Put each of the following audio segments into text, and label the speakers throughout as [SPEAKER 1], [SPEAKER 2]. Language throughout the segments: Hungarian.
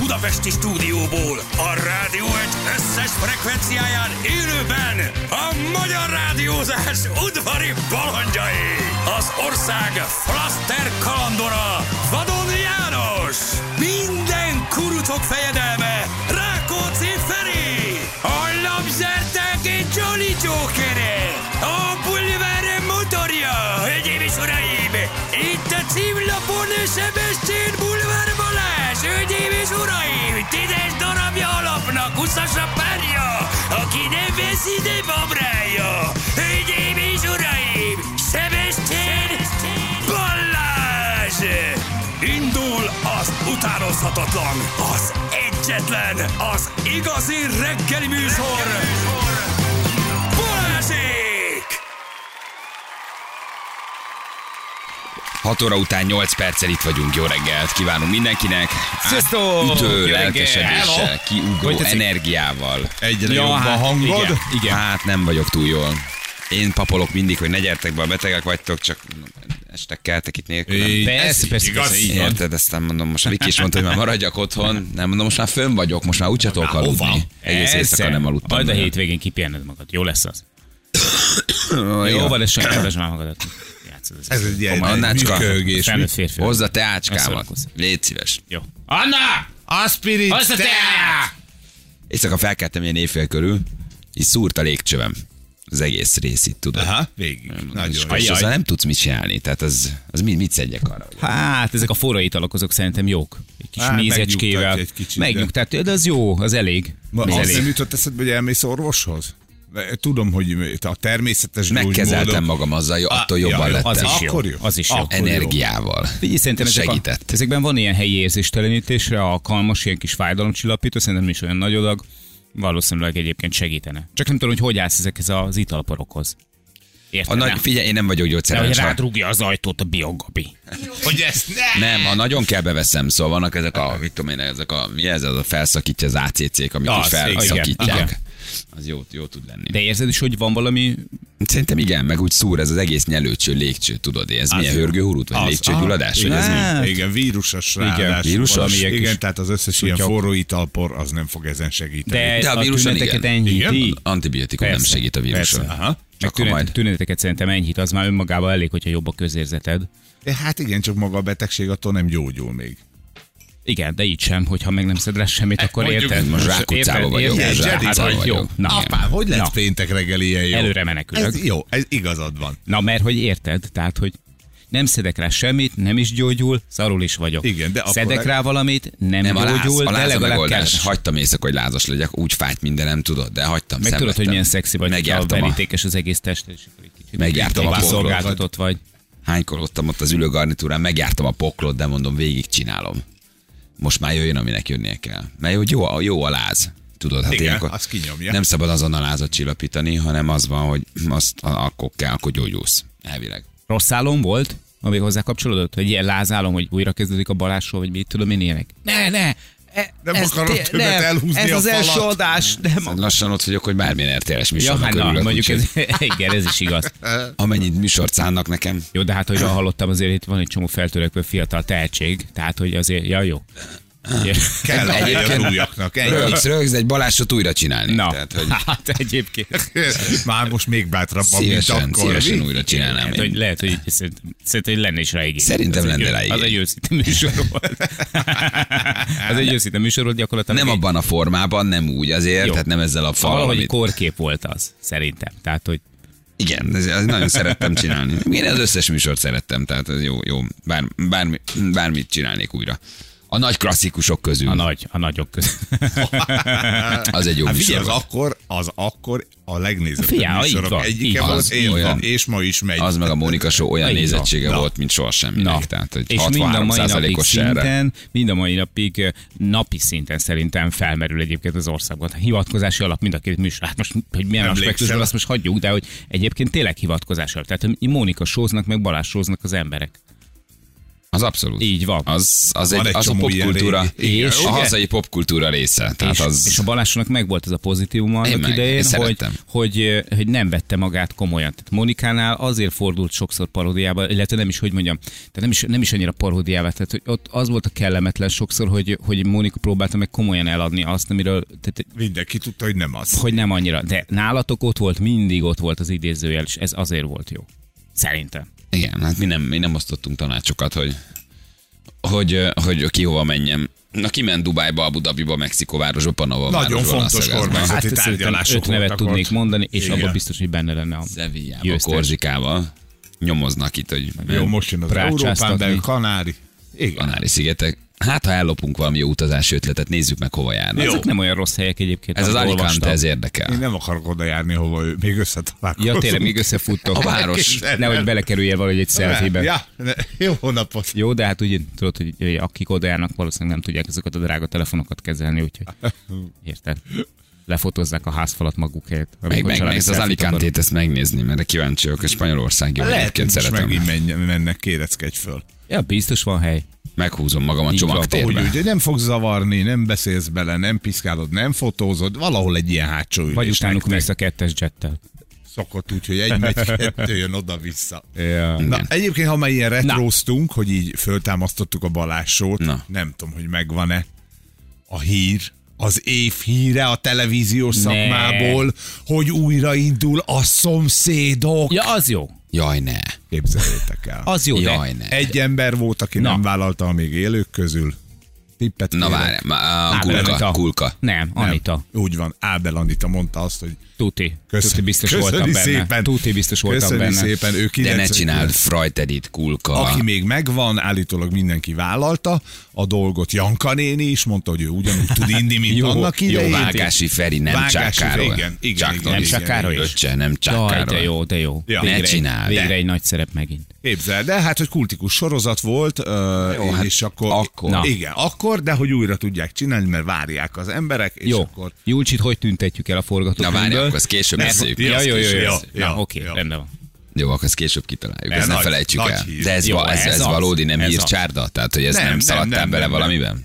[SPEAKER 1] budapesti stúdióból a Rádió egy összes frekvenciáján élőben a magyar rádiózás udvari balandjai, az ország flaster kalandora Vadon János, minden kurucok fejedelme Rákóczi Feri, a labzertáki Jolly Jokere, a bulváre motorja, hölgyeim és uraim, itt a címlapon Sebestyén Bulvár Balázs, hölgyeim és uraim, tízes darabja alapnak, 20-as a párja, aki nem veszi, nem abrája, hölgyeim és uraim, Sebestyén Balázs! Indul az utánozhatatlan, az egyetlen, az igazi reggeli műsor, Balázsék!
[SPEAKER 2] 6 óra után 8 perccel itt vagyunk. Jó reggelt kívánunk mindenkinek.
[SPEAKER 3] Sziasztok!
[SPEAKER 2] Ütő,
[SPEAKER 3] Jó
[SPEAKER 2] lelkesedéssel,
[SPEAKER 3] reggelt! Hogy
[SPEAKER 2] kiugró
[SPEAKER 3] tetszik?
[SPEAKER 2] energiával.
[SPEAKER 4] Egyre jobb a
[SPEAKER 3] hát
[SPEAKER 4] hangod.
[SPEAKER 2] Igen, igen, hát nem vagyok túl jól. Én papolok mindig, hogy ne gyertek be, a betegek vagytok, csak estek keltek itt nélkül.
[SPEAKER 4] Így,
[SPEAKER 3] Persze,
[SPEAKER 4] ez
[SPEAKER 3] persze,
[SPEAKER 4] igaz,
[SPEAKER 3] persze,
[SPEAKER 4] így van.
[SPEAKER 2] Érted, ezt nem mondom, most a Viki is mondta, hogy már maradjak otthon. Nem mondom, most már fönn vagyok, most már úgyse tudok aludni. Egész éjszaka nem aludtam.
[SPEAKER 3] Majd a
[SPEAKER 2] nagyon.
[SPEAKER 3] hétvégén kipihened magad. Jó lesz az.
[SPEAKER 2] Ó,
[SPEAKER 3] Jó
[SPEAKER 2] igen.
[SPEAKER 3] van, és sem kedves már magadat. Játszod az
[SPEAKER 4] Ez egy ilyen
[SPEAKER 2] Komoly. Annácska.
[SPEAKER 4] működés.
[SPEAKER 3] felnőtt férfi.
[SPEAKER 2] Hozd a
[SPEAKER 3] Ne
[SPEAKER 2] teácskámat.
[SPEAKER 3] szórakozz.
[SPEAKER 2] Légy szíves.
[SPEAKER 3] Jó. Anna!
[SPEAKER 4] Aspirit.
[SPEAKER 3] Hozd a teát!
[SPEAKER 2] Éjszaka felkeltem ilyen éjfél körül, így szúrt a légcsövem. Az egész rész itt, tudod.
[SPEAKER 4] Aha, végig.
[SPEAKER 2] És
[SPEAKER 4] Nagyon
[SPEAKER 2] most
[SPEAKER 4] jó.
[SPEAKER 2] azzal nem tudsz mit csinálni, tehát az, az mit, mit szedjek arra? hogy-
[SPEAKER 3] Hát, ezek a forró italok, azok szerintem jók. Egy kis
[SPEAKER 4] Á,
[SPEAKER 3] mézecskével.
[SPEAKER 4] Hát, megnyugtatja egy kicsit, de-
[SPEAKER 3] Megnyugtatja, de az jó, az elég.
[SPEAKER 4] Ma
[SPEAKER 3] Az
[SPEAKER 4] azt
[SPEAKER 3] elég.
[SPEAKER 4] nem jutott eszedbe, hogy elmész orvoshoz? De Tudom, hogy a természetes
[SPEAKER 2] Megkezeltem
[SPEAKER 4] gyógymódok-
[SPEAKER 2] magam azzal, jó, attól
[SPEAKER 4] ja,
[SPEAKER 2] jobban
[SPEAKER 4] jó,
[SPEAKER 2] lettem.
[SPEAKER 3] Ah, Az is jó.
[SPEAKER 4] Akkor jó.
[SPEAKER 3] Az is jó.
[SPEAKER 4] Akkor jó.
[SPEAKER 2] Energiával.
[SPEAKER 3] Figyelj, szerintem ezek
[SPEAKER 2] Segített.
[SPEAKER 3] A, ezekben van ilyen helyi érzéstelenítésre, alkalmas, ilyen kis fájdalomcsillapító, szerintem is olyan nagy adag, valószínűleg egyébként segítene. Csak nem tudom, hogy hogy állsz ezekhez az italporokhoz.
[SPEAKER 2] A
[SPEAKER 3] Érted?
[SPEAKER 2] nagy,
[SPEAKER 3] Nem?
[SPEAKER 2] figyelj, én nem vagyok
[SPEAKER 3] De hogy
[SPEAKER 2] gyógyszeres. ha-
[SPEAKER 3] rádrúgja az ajtót a biogabi.
[SPEAKER 4] Hogy ezt ne!
[SPEAKER 2] Nem, ha nagyon kell, beveszem. Szóval vannak ezek a, mit tudom én, ezek a, mi ez, az a felszakítja az ACC-k, amik
[SPEAKER 3] Az,
[SPEAKER 2] is felszakítják.
[SPEAKER 3] igen, igen.
[SPEAKER 2] Az jó, jó tud lenni.
[SPEAKER 3] De érzed is, hogy van valami...
[SPEAKER 2] Szerintem igen, meg úgy szúr ez az egész nyelőcső, légcső, tudod, ez milyen
[SPEAKER 4] jó.
[SPEAKER 2] hörgőhurút, vagy légcsőgyulladás, vagy
[SPEAKER 4] igen,
[SPEAKER 2] ez mi?
[SPEAKER 4] mi? Hát, igen, vírusos
[SPEAKER 3] Igen,
[SPEAKER 4] ráadásul.
[SPEAKER 2] vírusos,
[SPEAKER 4] Valami
[SPEAKER 2] ilyen
[SPEAKER 4] Igen,
[SPEAKER 3] kis
[SPEAKER 4] tehát az összes ilyen
[SPEAKER 3] szutyok.
[SPEAKER 4] forró italpor, az nem fog ezen segíteni.
[SPEAKER 3] De,
[SPEAKER 2] De a
[SPEAKER 3] a,
[SPEAKER 2] víruson
[SPEAKER 3] tüneteket
[SPEAKER 2] igen.
[SPEAKER 3] enyhíti.
[SPEAKER 4] Igen?
[SPEAKER 2] Antibiotikum nem
[SPEAKER 3] Persze,
[SPEAKER 2] segít a víruson.
[SPEAKER 3] persze.
[SPEAKER 4] Aha.
[SPEAKER 3] Meg
[SPEAKER 2] Csak ha
[SPEAKER 3] tünet,
[SPEAKER 2] majd.
[SPEAKER 3] tüneteket szerintem enyhít, az már önmagában elég, hogyha jobb a közérzeted.
[SPEAKER 4] De hát igen, csak maga a betegség attól nem gyógyul még.
[SPEAKER 3] Igen, de így sem, hogyha meg nem szed rá semmit,
[SPEAKER 2] E,
[SPEAKER 3] akkor
[SPEAKER 4] mondjuk,
[SPEAKER 3] érted.
[SPEAKER 2] most
[SPEAKER 3] Érted?
[SPEAKER 2] rákutcában vagyok,
[SPEAKER 3] Érted?
[SPEAKER 4] most
[SPEAKER 3] Hát,
[SPEAKER 2] rákutcában
[SPEAKER 3] hogy jó.
[SPEAKER 2] vagyok.
[SPEAKER 3] Na,
[SPEAKER 4] hogy
[SPEAKER 3] Na.
[SPEAKER 4] péntek reggel ilyen jó?
[SPEAKER 3] Előre menekülök.
[SPEAKER 4] Ez jó, ez igazad van.
[SPEAKER 3] Na, mert hogy érted, tehát, hogy nem szedek rá semmit, nem is gyógyul, szarul is vagyok.
[SPEAKER 4] Igen, de akkor
[SPEAKER 3] szedek
[SPEAKER 4] leg-
[SPEAKER 3] rá valamit, nem,
[SPEAKER 2] Nem, a láz,
[SPEAKER 3] gyógyul,
[SPEAKER 2] a
[SPEAKER 3] de
[SPEAKER 2] láz a
[SPEAKER 3] legalább
[SPEAKER 2] megoldás.
[SPEAKER 3] keres.
[SPEAKER 2] Hagytam éjszak, hogy lázas legyek, úgy fájt mindenem, tudod, de hagytam,
[SPEAKER 3] Meg tudod, hogy
[SPEAKER 2] szenvedtem.
[SPEAKER 3] milyen szexi vagy, hogyha a
[SPEAKER 2] Megjártam a,
[SPEAKER 3] verítékes az egész test, és akkor egy kicsit
[SPEAKER 2] megjártam a
[SPEAKER 3] tovább
[SPEAKER 2] poklot.
[SPEAKER 3] szolgáltatott vagy.
[SPEAKER 2] Hánykor ottam ott az ülőgarnitúrán, megjártam a poklot, de mondom, végig csinálom. Most már jöjjön, aminek jönnie kell. Mert hogy jó, a- jó a láz. Tudod, hát
[SPEAKER 4] Igen,
[SPEAKER 2] ilyenkor
[SPEAKER 4] azt kinyomja.
[SPEAKER 2] Nem szabad azon a lázat csillapítani, hanem az van, hogy azt a- akkor kell, akkor gyógyulsz. Elvileg.
[SPEAKER 3] Rossz álom volt, ami hozzá kapcsolódott? Egy ilyen lázálom, hogy újra kezdődik a balásról, vagy mit tudom én ilyenek? Ne, ne! E,
[SPEAKER 4] Nem
[SPEAKER 3] ez
[SPEAKER 4] akarom
[SPEAKER 3] té-
[SPEAKER 4] többet elhúzni
[SPEAKER 3] Ez
[SPEAKER 4] a
[SPEAKER 3] az első
[SPEAKER 4] falat.
[SPEAKER 3] adás, nem.
[SPEAKER 2] Lassan ott vagyok, hogy bármilyen RTS
[SPEAKER 3] Ja,
[SPEAKER 2] műsornak
[SPEAKER 3] hát
[SPEAKER 2] ja,
[SPEAKER 3] na,
[SPEAKER 2] örülök,
[SPEAKER 3] mondjuk ez, igen, ez is igaz.
[SPEAKER 2] amennyit műsort szánnak nekem.
[SPEAKER 3] Jó, de hát, hogy hallottam, azért itt van egy csomó feltörekvő fiatal tehetség, tehát, hogy azért, ja, jó. Ugye?
[SPEAKER 4] Kell
[SPEAKER 2] Egyébként-
[SPEAKER 4] a újaknak. ennyi.
[SPEAKER 2] Rögz, rögz, egy balásot újra csinálni.
[SPEAKER 3] Na,
[SPEAKER 2] Tehát, hogy
[SPEAKER 3] hát egyébként.
[SPEAKER 4] Már most még bátrabban, mint
[SPEAKER 2] szívesen,
[SPEAKER 4] akkor.
[SPEAKER 2] szívesen
[SPEAKER 4] mi?
[SPEAKER 2] újra csinálnám.
[SPEAKER 3] Hát,
[SPEAKER 2] Én.
[SPEAKER 3] hogy lehet, hogy szerintem, szerintem, hogy lenne is rá igény.
[SPEAKER 2] Szerintem
[SPEAKER 3] Az egy
[SPEAKER 2] lenne
[SPEAKER 3] ő-
[SPEAKER 2] rá igény.
[SPEAKER 3] Az egy őszinte műsor volt. az egy őszinte műsor volt gyakorlatilag.
[SPEAKER 2] Nem
[SPEAKER 3] egy-
[SPEAKER 2] abban a formában, nem úgy azért,
[SPEAKER 3] Jó.
[SPEAKER 2] tehát nem ezzel a falal.
[SPEAKER 3] Valahogy
[SPEAKER 2] amit-
[SPEAKER 3] korkép volt az, szerintem. Tehát, hogy
[SPEAKER 2] Igen, ez, ez nagyon szerettem csinálni. Én az összes műsort szerettem, tehát ez jó, jó. Bár, bármi, bármit csinálnék újra. A nagy klasszikusok közül.
[SPEAKER 3] a nagy, a nagyok között.
[SPEAKER 2] Az egy jó műsor.
[SPEAKER 4] Hát figyelj, az
[SPEAKER 2] volt.
[SPEAKER 4] akkor, az akkor a legnézettebb
[SPEAKER 3] Figyelj, így
[SPEAKER 4] műsorok
[SPEAKER 3] van, így
[SPEAKER 4] egyike
[SPEAKER 3] van.
[SPEAKER 4] volt,
[SPEAKER 2] Az
[SPEAKER 4] én
[SPEAKER 2] olyan.
[SPEAKER 4] van, és ma is megy.
[SPEAKER 2] Az meg a Mónika Show olyan
[SPEAKER 3] Igen.
[SPEAKER 2] nézettsége
[SPEAKER 3] Na.
[SPEAKER 2] volt, mint soha semminek. Tehát, hogy
[SPEAKER 3] és mind a mai napig
[SPEAKER 2] 63%-os erre.
[SPEAKER 3] szinten, mind a mai napig eh, napi szinten szerintem felmerül egyébként az országban. Hivatkozási alap mind a két műsor. Hát most, hogy milyen
[SPEAKER 4] Emlékszem.
[SPEAKER 3] aspektusban, azt most hagyjuk, de hogy egyébként tényleg hivatkozási alap. Tehát hogy Mónika sóznak, meg Balázs sóznak az emberek.
[SPEAKER 2] Az abszolút.
[SPEAKER 3] Így van.
[SPEAKER 2] Az, az,
[SPEAKER 4] Van
[SPEAKER 2] egy,
[SPEAKER 4] egy
[SPEAKER 2] az a
[SPEAKER 4] csomó ilyen
[SPEAKER 2] popkultúra,
[SPEAKER 3] régi. És-
[SPEAKER 2] a
[SPEAKER 3] ugye?
[SPEAKER 2] hazai popkultúra része. Tehát
[SPEAKER 3] és,
[SPEAKER 2] az,
[SPEAKER 3] és a Balázsnak megvolt ez a pozitívum annak
[SPEAKER 2] Én meg, én
[SPEAKER 3] idején, hogy,
[SPEAKER 2] szerettem.
[SPEAKER 3] hogy, eh, hogy nem vette magát komolyan. Tehát Monikánál azért fordult sokszor paródiába, illetve nem is, hogy mondjam, tehát nem is, nem is annyira paródiává, tehát hogy ott az volt a kellemetlen sokszor, hogy, hogy Monika próbálta meg komolyan eladni azt, amiről, tehát
[SPEAKER 4] Mindenki tudta, hogy nem az.
[SPEAKER 3] hogy nem annyira. De nálatok ott volt, mindig ott volt az idézőjel, és ez azért volt jó. Szerintem.
[SPEAKER 2] Igen, hát mi nem, mi nem osztottunk tanácsokat, hogy, hogy, ö, hogy ki hova menjem. Na, kiment Dubájba, Abu Dhabiba, Mexikóvárosba, Panova
[SPEAKER 4] Nagyon fontos kormányzati
[SPEAKER 3] Hát ezt szerintem
[SPEAKER 4] tárgyalások
[SPEAKER 3] öt nevet
[SPEAKER 4] voltak ott.
[SPEAKER 3] tudnék mondani, és
[SPEAKER 4] Igen.
[SPEAKER 3] abban biztos, hogy benne lenne a
[SPEAKER 2] Zeviába,
[SPEAKER 3] győztes.
[SPEAKER 2] Korzsikával nyomoznak itt, hogy
[SPEAKER 4] Jó, most jön az
[SPEAKER 3] Prácsáztatni.
[SPEAKER 4] Európán, de Kanári. Igen.
[SPEAKER 2] Kanári-szigetek. Hát, ha ellopunk valami utazási ötletet, nézzük meg, hova járnak.
[SPEAKER 3] Ezek nem olyan rossz helyek egyébként.
[SPEAKER 2] Ez az
[SPEAKER 3] azt
[SPEAKER 2] Alicante,
[SPEAKER 3] olvastam.
[SPEAKER 2] ez
[SPEAKER 4] Hát, Én
[SPEAKER 2] érdekel.
[SPEAKER 4] nem akarok oda járni, hova ő. Még összetalálkozunk.
[SPEAKER 3] Ja, tényleg még összefuttok.
[SPEAKER 2] A város.
[SPEAKER 3] Nehogy belekerüljél valahogy egy szelfébe.
[SPEAKER 4] Ja, ne, jó napot.
[SPEAKER 3] Jó, de hát ugye tudod, hogy ugye, akik oda járnak, valószínűleg nem tudják ezeket a drága telefonokat kezelni, úgyhogy érted? Lefotozzák a házfalat maguk helyett. amikor
[SPEAKER 2] Meg, meg,
[SPEAKER 3] családi
[SPEAKER 2] ezt az
[SPEAKER 3] selfit akarnak.
[SPEAKER 2] Alicante-t ezt megnézni, mert kíváncsi vagyok, a Spanyolország jó,
[SPEAKER 4] Lehet, hogy
[SPEAKER 2] egyébként
[SPEAKER 4] most
[SPEAKER 2] szeretem.
[SPEAKER 4] megint menj, mennek, kéreckedj föl.
[SPEAKER 3] Ja, biztos van hely.
[SPEAKER 2] Meghúzom magam a
[SPEAKER 3] Így van,
[SPEAKER 4] Hogy
[SPEAKER 2] csomagtérbe.
[SPEAKER 4] úgy, nem fog zavarni, nem beszélsz bele, nem piszkálod, nem fotózod, valahol egy ilyen hátsó ülés.
[SPEAKER 3] Vagy utánuk
[SPEAKER 4] nektek
[SPEAKER 3] mész a kettes jettel.
[SPEAKER 4] Szokott úgy, hogy egy megy, kettő jön oda-vissza.
[SPEAKER 3] Ja.
[SPEAKER 4] Na,
[SPEAKER 2] Igen.
[SPEAKER 4] egyébként, ha már ilyen retróztunk, hogy így föltámasztottuk a balásót,
[SPEAKER 2] Na.
[SPEAKER 4] nem tudom, hogy megvan-e a hír, az év híre a televíziós szakmából, hogy újraindul a szomszédok.
[SPEAKER 3] Ja, az jó.
[SPEAKER 2] Jaj, ne.
[SPEAKER 4] Képzeljétek el.
[SPEAKER 3] Az jó,
[SPEAKER 2] Jaj,
[SPEAKER 3] de.
[SPEAKER 2] ne.
[SPEAKER 4] Egy ember volt, aki
[SPEAKER 3] Na.
[SPEAKER 4] nem vállalta a még élők közül. Tippet
[SPEAKER 2] Na
[SPEAKER 4] kérek.
[SPEAKER 2] várj, ma- a
[SPEAKER 3] Ábel
[SPEAKER 2] kulka,
[SPEAKER 3] Anita.
[SPEAKER 2] kulka.
[SPEAKER 3] Nem,
[SPEAKER 4] Nem,
[SPEAKER 3] Anita.
[SPEAKER 4] Úgy van, Ábel Anita mondta azt, hogy
[SPEAKER 3] Tuti.
[SPEAKER 4] kösz-
[SPEAKER 3] Tuti biztos
[SPEAKER 4] köszöni
[SPEAKER 3] voltam benne.
[SPEAKER 4] szépen.
[SPEAKER 3] Tuti biztos voltam
[SPEAKER 4] köszöni
[SPEAKER 3] benne.
[SPEAKER 4] szépen, ő
[SPEAKER 2] De ne
[SPEAKER 4] 99
[SPEAKER 2] csináld, Frajtedit, kulka.
[SPEAKER 4] Aki még megvan, állítólag mindenki vállalta a dolgot. Janka néni is mondta, hogy ő ugyanúgy tud inni, mint
[SPEAKER 3] Jó,
[SPEAKER 4] annak
[SPEAKER 3] jó,
[SPEAKER 4] idején.
[SPEAKER 2] Vágási Feri, nem
[SPEAKER 4] Vágási
[SPEAKER 2] Csák
[SPEAKER 4] Feri,
[SPEAKER 2] Károly.
[SPEAKER 4] igen, igen,
[SPEAKER 2] Csák
[SPEAKER 4] igen,
[SPEAKER 2] Norris.
[SPEAKER 4] igen,
[SPEAKER 3] Csák Károly?
[SPEAKER 4] igen.
[SPEAKER 2] Öccse, nem Csák
[SPEAKER 3] Jaj, de
[SPEAKER 2] Károly.
[SPEAKER 3] jó, de jó.
[SPEAKER 4] Ja.
[SPEAKER 2] Ne
[SPEAKER 3] Végre, egy,
[SPEAKER 2] csináld.
[SPEAKER 3] végre
[SPEAKER 2] De.
[SPEAKER 3] egy nagy szerep megint.
[SPEAKER 4] Képzeld el, hát, hogy kultikus sorozat volt, ö,
[SPEAKER 2] Jó, hát
[SPEAKER 4] és akkor,
[SPEAKER 2] akkor. Na.
[SPEAKER 4] Igen, akkor, de hogy újra tudják csinálni, mert várják az emberek, és
[SPEAKER 3] Jó.
[SPEAKER 4] akkor...
[SPEAKER 3] Júlcsit hogy tüntetjük el a
[SPEAKER 2] Na
[SPEAKER 3] forgatókönyvből?
[SPEAKER 2] várj, akkor ezt később
[SPEAKER 4] Nem,
[SPEAKER 2] beszéljük.
[SPEAKER 4] ja,
[SPEAKER 3] Ja, jó, jó, jó.
[SPEAKER 4] Ja,
[SPEAKER 3] jó.
[SPEAKER 4] ja,
[SPEAKER 3] Na, oké,
[SPEAKER 4] ja.
[SPEAKER 3] rendben van.
[SPEAKER 2] Jó, akkor ezt később kitaláljuk,
[SPEAKER 4] Ez
[SPEAKER 2] ezt nem
[SPEAKER 4] nagy-
[SPEAKER 2] felejtsük
[SPEAKER 4] nagy
[SPEAKER 2] el.
[SPEAKER 4] hír.
[SPEAKER 2] De ez,
[SPEAKER 3] Jó,
[SPEAKER 2] va- ez,
[SPEAKER 3] ez
[SPEAKER 2] ez,
[SPEAKER 3] az.
[SPEAKER 2] valódi, nem
[SPEAKER 3] Ez az.
[SPEAKER 2] írcsárda? Tehát, hogy ez nem,
[SPEAKER 4] Nem,
[SPEAKER 2] nem
[SPEAKER 4] nem,
[SPEAKER 2] szaladtál
[SPEAKER 4] nem,
[SPEAKER 2] bele
[SPEAKER 4] nem,
[SPEAKER 2] valamiben?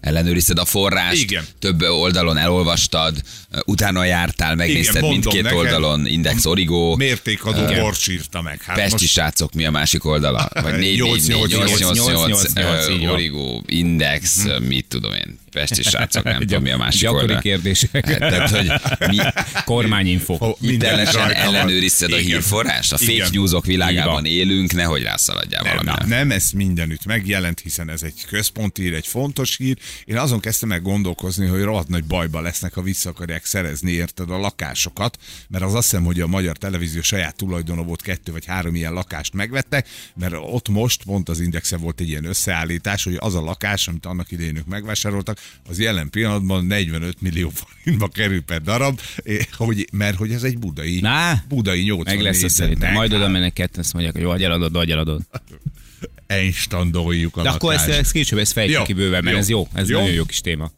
[SPEAKER 2] Ellenőrizted a forrást,
[SPEAKER 4] Igen.
[SPEAKER 2] több oldalon elolvastad, utána jártál, megnézted
[SPEAKER 4] mondom
[SPEAKER 2] mindkét
[SPEAKER 4] neked.
[SPEAKER 2] oldalon, Index Origo,
[SPEAKER 4] Mértékadó borcs írta meg. Hát
[SPEAKER 2] Pesti srácok, mi a másik oldala? Vagy 4
[SPEAKER 4] Nyolc, nyolc, nyolc,
[SPEAKER 3] nyolc, nyolc, így van.
[SPEAKER 2] Origo, Index,
[SPEAKER 4] Mhm.
[SPEAKER 2] ö, mit tudom én, Pesti srácok, nem tudom mi a másik
[SPEAKER 3] Gyakori
[SPEAKER 2] oldala.
[SPEAKER 3] kérdések.
[SPEAKER 2] Hát, tehát, hogy mi
[SPEAKER 3] Kormányinfo.
[SPEAKER 4] Ho- minden
[SPEAKER 2] hitelesen
[SPEAKER 4] rajta van.
[SPEAKER 2] ellenőrizted a
[SPEAKER 4] Igen.
[SPEAKER 2] hírforrást, a fake
[SPEAKER 4] Igen.
[SPEAKER 2] newsok világában
[SPEAKER 3] Így
[SPEAKER 2] élünk, nehogy rászaladjál valamire.
[SPEAKER 4] Nem, nem, ez mindenütt megjelent, hiszen ez egy központi hír, egy fontos hír. Én azon kezdtem el gondolkozni, hogy rohadt nagy bajba lesznek, ha vissza akarják szerezni, érted, a lakásokat, mert az azt hiszem, hogy a magyar televízió saját tulajdona volt kettő vagy három ilyen lakást megvettek, mert ott most pont az indexe volt egy ilyen összeállítás, hogy az a lakás, amit annak idején ők megvásároltak, az jelen pillanatban 45 millió forintba kerül per darab, eh, hogy, mert hogy ez egy budai,
[SPEAKER 3] Na,
[SPEAKER 4] budai 84
[SPEAKER 3] Meg lesz ez szerintem. Majd
[SPEAKER 2] hát-
[SPEAKER 3] oda mennek ketten, azt mondják, hogy jó, agyaladod, agyaladod.
[SPEAKER 4] enstandoljuk a
[SPEAKER 3] De akkor ezt,
[SPEAKER 4] lakást.
[SPEAKER 3] ezt később ezt fejtjük
[SPEAKER 4] Jó,
[SPEAKER 3] ki bőven, mert
[SPEAKER 4] jó.
[SPEAKER 3] ez jó, ez
[SPEAKER 4] Jó.
[SPEAKER 3] nagyon jó kis téma.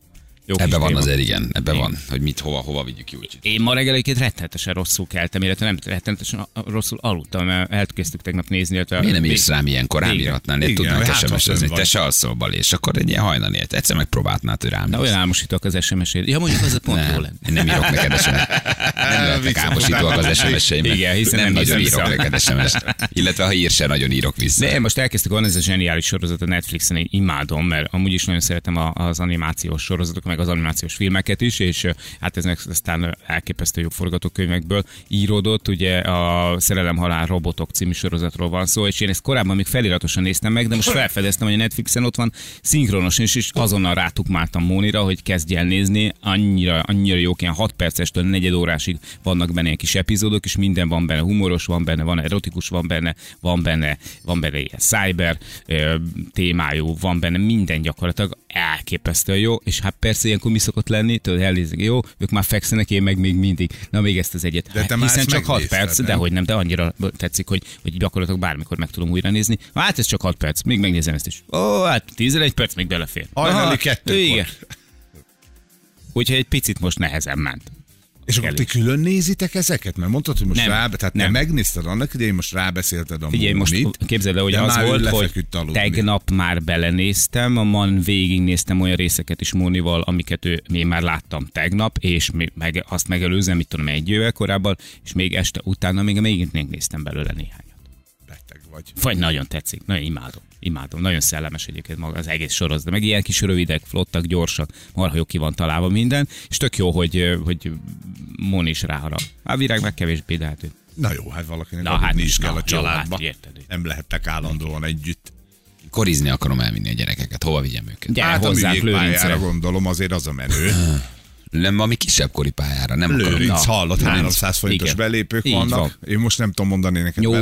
[SPEAKER 3] Jó kis
[SPEAKER 2] Ebben van
[SPEAKER 3] téma.
[SPEAKER 2] azért, igen, ebben van, hogy mit, hova, hova vigyük Júlcsit.
[SPEAKER 3] Én ma reggel egyébként rettenetesen rosszul keltem, illetve nem rettenetesen a- a- rosszul aludtam, mert elkezdtük tegnap nézni, illetve...
[SPEAKER 2] Miért nem írsz rám ilyen korán
[SPEAKER 3] Igen.
[SPEAKER 2] íratnál? Én
[SPEAKER 4] Igen,
[SPEAKER 2] tudnánk
[SPEAKER 4] hát, ha
[SPEAKER 2] SMS-ezni,
[SPEAKER 4] fönn vagy.
[SPEAKER 2] te se alszol bal, és akkor egy ilyen hajnali egyet. Egyszer megpróbáltnád, hogy rám
[SPEAKER 3] Na,
[SPEAKER 2] írsz.
[SPEAKER 3] olyan álmosítók az SMS-ét. Ja, mondjuk az a pont jó
[SPEAKER 2] nem,
[SPEAKER 3] lenne.
[SPEAKER 2] én nem írok neked SMS-t. Nem lehetek álmosítóak az SMS-eimben.
[SPEAKER 3] Igen, hiszen nem
[SPEAKER 2] nagyon
[SPEAKER 3] hiszem
[SPEAKER 2] írok
[SPEAKER 3] vissza.
[SPEAKER 2] neked SMS-t. Illetve ha ír, se nagyon írok vissza.
[SPEAKER 3] De én most elkezdtük van ez a zseniális sorozat a Netflixen, én imádom, mert amúgy is nagyon szeretem a- az animációs sorozatok, meg az animációs filmeket is, és ö, hát ez meg aztán ö, elképesztő jó forgatókönyvekből íródott, ugye a Szerelem Halál Robotok című sorozatról van szó, és én ezt korábban még feliratosan néztem meg, de most felfedeztem, hogy a Netflixen ott van szinkronos, és, és azonnal rátukmáltam Mónira, hogy kezdj el nézni, annyira, annyira jók, ilyen 6 percestől negyed órásig vannak benne ilyen kis epizódok, és minden van benne, humoros van benne, van erotikus van benne, van benne, van benne ilyen cyber ö, témájú, van benne minden gyakorlatilag elképesztően jó, és hát persze ilyenkor mi szokott lenni, tudod, elnézik, jó, ők már fekszenek, én meg még mindig, na még ezt az egyet.
[SPEAKER 4] De te
[SPEAKER 3] Hát,
[SPEAKER 4] már
[SPEAKER 3] Hiszen
[SPEAKER 4] ezt
[SPEAKER 3] csak 6
[SPEAKER 4] megnézted,
[SPEAKER 3] perc,
[SPEAKER 4] nem?
[SPEAKER 3] de hogy nem, de annyira tetszik, hogy, hogy gyakorlatilag bármikor meg tudom újra nézni. Hát ez csak 6 perc, még megnézem ezt is. Ó, hát 11 perc még belefér.
[SPEAKER 4] Hajnali
[SPEAKER 3] Aha,
[SPEAKER 4] kettőkor.
[SPEAKER 3] Igen. Úgyhogy egy picit most nehezen ment.
[SPEAKER 4] És akkor ti
[SPEAKER 3] Kellés.
[SPEAKER 4] külön nézitek ezeket? Mert mondtad, hogy most
[SPEAKER 3] Nem.
[SPEAKER 4] rá, tehát nem.
[SPEAKER 3] Nem.
[SPEAKER 4] te megnézted annak idején, most rábeszélted a
[SPEAKER 3] Figyelj, most
[SPEAKER 4] Mónit.
[SPEAKER 3] képzeld el, hogy
[SPEAKER 4] de
[SPEAKER 3] az
[SPEAKER 4] már ő
[SPEAKER 3] volt, hogy
[SPEAKER 4] lefeküdt aludni.
[SPEAKER 3] tegnap már belenéztem, a man végignéztem olyan részeket is Mónival, amiket ő, én már láttam tegnap, és még meg, azt megelőzem, mit tudom, egy évvel korábban, és még este utána még még néztem belőle néhányat.
[SPEAKER 4] Beteg vagy.
[SPEAKER 3] Vagy nagyon tetszik, nagyon imádom. Imádom, nagyon szellemes egyébként maga az egész sorozat. Meg ilyen kis rövidek, flottak, gyorsak, marha jó ki van találva minden, és tök jó, hogy, hogy Mon is ráharap. A virág meg kevésbé, de hát ő
[SPEAKER 4] Na jó, hát valakinek
[SPEAKER 3] Na
[SPEAKER 4] Na, hát,
[SPEAKER 3] hát,
[SPEAKER 4] is
[SPEAKER 3] na,
[SPEAKER 4] kell a
[SPEAKER 3] jó,
[SPEAKER 4] családba.
[SPEAKER 3] hát érted.
[SPEAKER 4] nem lehettek állandóan együtt.
[SPEAKER 2] Korizni akarom elvinni a gyerekeket. Hova vigyem őket?
[SPEAKER 3] Gyere
[SPEAKER 4] hát a
[SPEAKER 3] hozzánk
[SPEAKER 4] műjégpályára
[SPEAKER 3] lőrincre.
[SPEAKER 4] gondolom, azért az a menő.
[SPEAKER 2] Nem, ami kisebb kori pályára. Nem akarom.
[SPEAKER 4] Lőrinc
[SPEAKER 2] Na.
[SPEAKER 4] hallott,
[SPEAKER 3] Lőrinc.
[SPEAKER 4] 300 forintos
[SPEAKER 3] Hát, Igen.
[SPEAKER 4] belépők
[SPEAKER 3] Így
[SPEAKER 4] vannak.
[SPEAKER 3] van.
[SPEAKER 4] Én most nem tudom mondani neked
[SPEAKER 3] 800-ról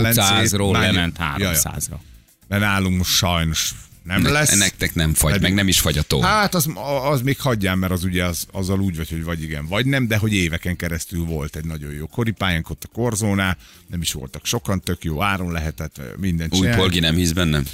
[SPEAKER 4] Belencét.
[SPEAKER 3] lement
[SPEAKER 4] Már- Ja, ja.
[SPEAKER 3] 300-ra.
[SPEAKER 4] Mert nálunk most sajnos nem
[SPEAKER 2] Ne-
[SPEAKER 4] lesz.
[SPEAKER 2] Nektek nem fagy, meg nem is fagy a tó.
[SPEAKER 4] Hát az, az még hagyján, mert az ugye az, azzal úgy vagy, hogy vagy igen, vagy nem, de hogy éveken keresztül volt egy nagyon jó koripályánk ott a korzónál, nem is voltak sokan, tök jó áron lehetett mindent
[SPEAKER 2] Új
[SPEAKER 4] csinálni.
[SPEAKER 2] polgi nem hisz bennem.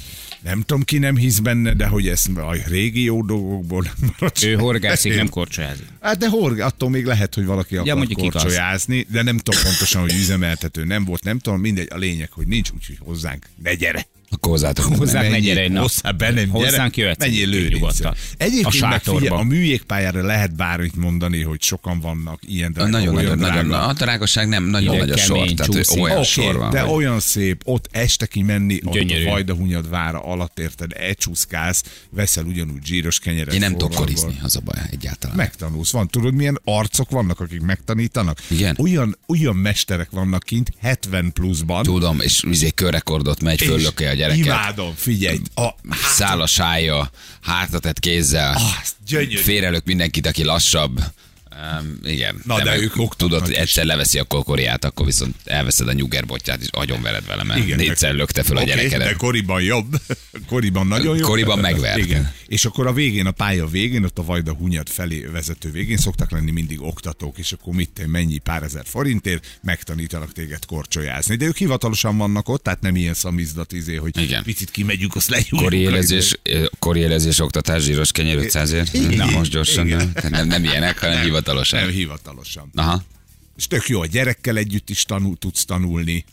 [SPEAKER 4] Nem tudom, ki nem hisz benne, de hogy ez a régi jó dolgokból nem marad
[SPEAKER 3] Ő
[SPEAKER 4] semmi.
[SPEAKER 3] horgászik, nem korcsolyázik.
[SPEAKER 4] Hát de horg, attól még lehet, hogy valaki akar
[SPEAKER 3] mondjuk igaz.
[SPEAKER 4] korcsolyázni, de nem tudom pontosan, hogy üzemeltető nem volt, nem tudom, mindegy, a lényeg, hogy nincs, úgyhogy hozzánk ne gyere.
[SPEAKER 2] Akkor hozzátok.
[SPEAKER 3] Hozzánk ne
[SPEAKER 4] Menjél,
[SPEAKER 3] gyere Hát egy nap.
[SPEAKER 4] Hozzá be nem hát gyere.
[SPEAKER 3] Hozzánk jöhetsz
[SPEAKER 4] Menjél
[SPEAKER 3] egyébként
[SPEAKER 4] lőrincre.
[SPEAKER 3] nyugodtan. A
[SPEAKER 4] Egyébként a, meg
[SPEAKER 3] sátorba.
[SPEAKER 4] figyel, a műjégpályára lehet bármit mondani, hogy sokan vannak ilyen drága,
[SPEAKER 2] Nagyon,
[SPEAKER 4] olyan
[SPEAKER 2] nagyon,
[SPEAKER 4] drága.
[SPEAKER 2] nagyon. na, A drágosság nem, nagyon
[SPEAKER 3] Ide
[SPEAKER 2] nagy a sor.
[SPEAKER 3] kemény
[SPEAKER 2] Tehát hogy
[SPEAKER 3] csúszik.
[SPEAKER 2] olyan
[SPEAKER 4] Oké,
[SPEAKER 2] sor van.
[SPEAKER 4] de
[SPEAKER 2] hogy-
[SPEAKER 4] olyan szép, ott este kimenni,
[SPEAKER 3] Gyönyörű.
[SPEAKER 4] ott a vajdahunyad vára alatt érted, elcsúszkálsz, veszel ugyanúgy zsíros kenyeret.
[SPEAKER 2] Én nem tudok
[SPEAKER 4] forradból.
[SPEAKER 2] korizni, az a baj egyáltalán.
[SPEAKER 4] Megtanulsz. Van, tudod, milyen arcok vannak, akik megtanítanak?
[SPEAKER 2] Igen.
[SPEAKER 4] Olyan, olyan mesterek vannak kint, 70 pluszban.
[SPEAKER 2] Tudom, és izé körrekordot megy,
[SPEAKER 4] és
[SPEAKER 2] föllöki a gyereket.
[SPEAKER 4] Imádom, figyelj. A,
[SPEAKER 2] Szál a sája, hátatett kézzel.
[SPEAKER 4] Ah, ez gyönyörű.
[SPEAKER 2] Félrelök mindenkit, aki lassabb. Um, igen.
[SPEAKER 4] Na, de
[SPEAKER 2] meg
[SPEAKER 4] ők oktatnak
[SPEAKER 2] Tudod, hogy
[SPEAKER 4] is.
[SPEAKER 2] egyszer leveszi a kolkoriát, akkor viszont elveszed a nyugerbotját, és agyon vered vele, mert
[SPEAKER 4] Igen,
[SPEAKER 2] négyszer
[SPEAKER 4] meg-
[SPEAKER 2] lökte föl a
[SPEAKER 4] Oké,
[SPEAKER 2] gyerekedet.
[SPEAKER 4] De koriban jobb. Koriban nagyon jobb.
[SPEAKER 2] Koriban megvert.
[SPEAKER 4] Igen. És akkor a végén, a pálya végén, ott a Vajda Hunyad felé vezető végén szoktak lenni mindig oktatók, és akkor mit te, mennyi pár ezer forintért megtanítanak téged korcsolyázni. De ők hivatalosan vannak ott, tehát nem ilyen szamizdat izé, hogy
[SPEAKER 2] Igen.
[SPEAKER 4] picit kimegyünk, azt lejújunk.
[SPEAKER 2] Koriélezés, ö, koriélezés, oktatás, zsíros kenyér 500 ért. Na most gyorsan.
[SPEAKER 4] Igen.
[SPEAKER 2] Nem, nem, nem ilyenek, hanem hivatalosan.
[SPEAKER 4] Nem, hivatalosan.
[SPEAKER 2] Aha.
[SPEAKER 4] És tök jó, a gyerekkel együtt is tanul, tudsz tanulni.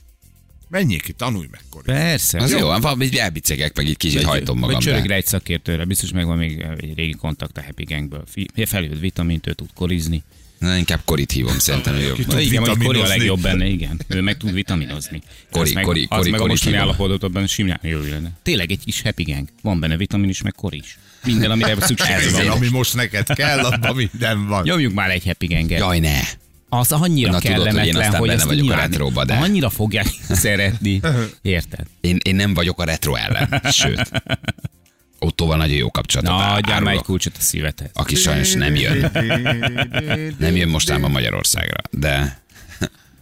[SPEAKER 4] Menjél ki, tanulj meg, Kori.
[SPEAKER 3] Persze.
[SPEAKER 2] Az jó, van, így elbicegek, meg egy kicsit hajtom magam.
[SPEAKER 3] Vagy
[SPEAKER 2] rá.
[SPEAKER 3] csörög rá egy szakértőre, biztos megvan még egy régi kontakt a Happy Gangből. Fi- Feljött vitamint, ő tud korizni.
[SPEAKER 2] Na, inkább korit hívom, szerintem ő jobb.
[SPEAKER 4] tud
[SPEAKER 3] igen, vagy kori a
[SPEAKER 4] vitaminozni.
[SPEAKER 3] legjobb benne, igen. Ő meg tud vitaminozni.
[SPEAKER 2] Kori,
[SPEAKER 3] Az meg,
[SPEAKER 2] kori,
[SPEAKER 3] az
[SPEAKER 2] kori,
[SPEAKER 3] meg
[SPEAKER 2] kori
[SPEAKER 3] a mostani
[SPEAKER 2] kívánom.
[SPEAKER 3] állapototban simán jó lenne. Tényleg egy kis Happy Gang. Van benne vitamin is, meg kori is. Minden, amire szükség
[SPEAKER 4] Ez az,
[SPEAKER 3] van.
[SPEAKER 4] ami most neked kell, abban minden van.
[SPEAKER 3] Nyomjuk már egy Happy Ganget.
[SPEAKER 2] Jaj, ne!
[SPEAKER 3] Az annyira
[SPEAKER 2] Na, tudod, hogy én
[SPEAKER 3] kellemetlen,
[SPEAKER 2] aztán
[SPEAKER 3] hogy
[SPEAKER 2] benne
[SPEAKER 3] ezt
[SPEAKER 2] vagyok a
[SPEAKER 3] nyilván
[SPEAKER 2] retróba, de-
[SPEAKER 3] annyira fogják szeretni. Érted?
[SPEAKER 2] Én, én nem vagyok a retro ellen, sőt. Ottóval nagyon jó kapcsolatot
[SPEAKER 3] Na,
[SPEAKER 2] á-
[SPEAKER 3] adjál már
[SPEAKER 2] árulok,
[SPEAKER 3] egy kulcsot a szívedhez.
[SPEAKER 2] Aki sajnos nem jön. Nem jön mostában Magyarországra, de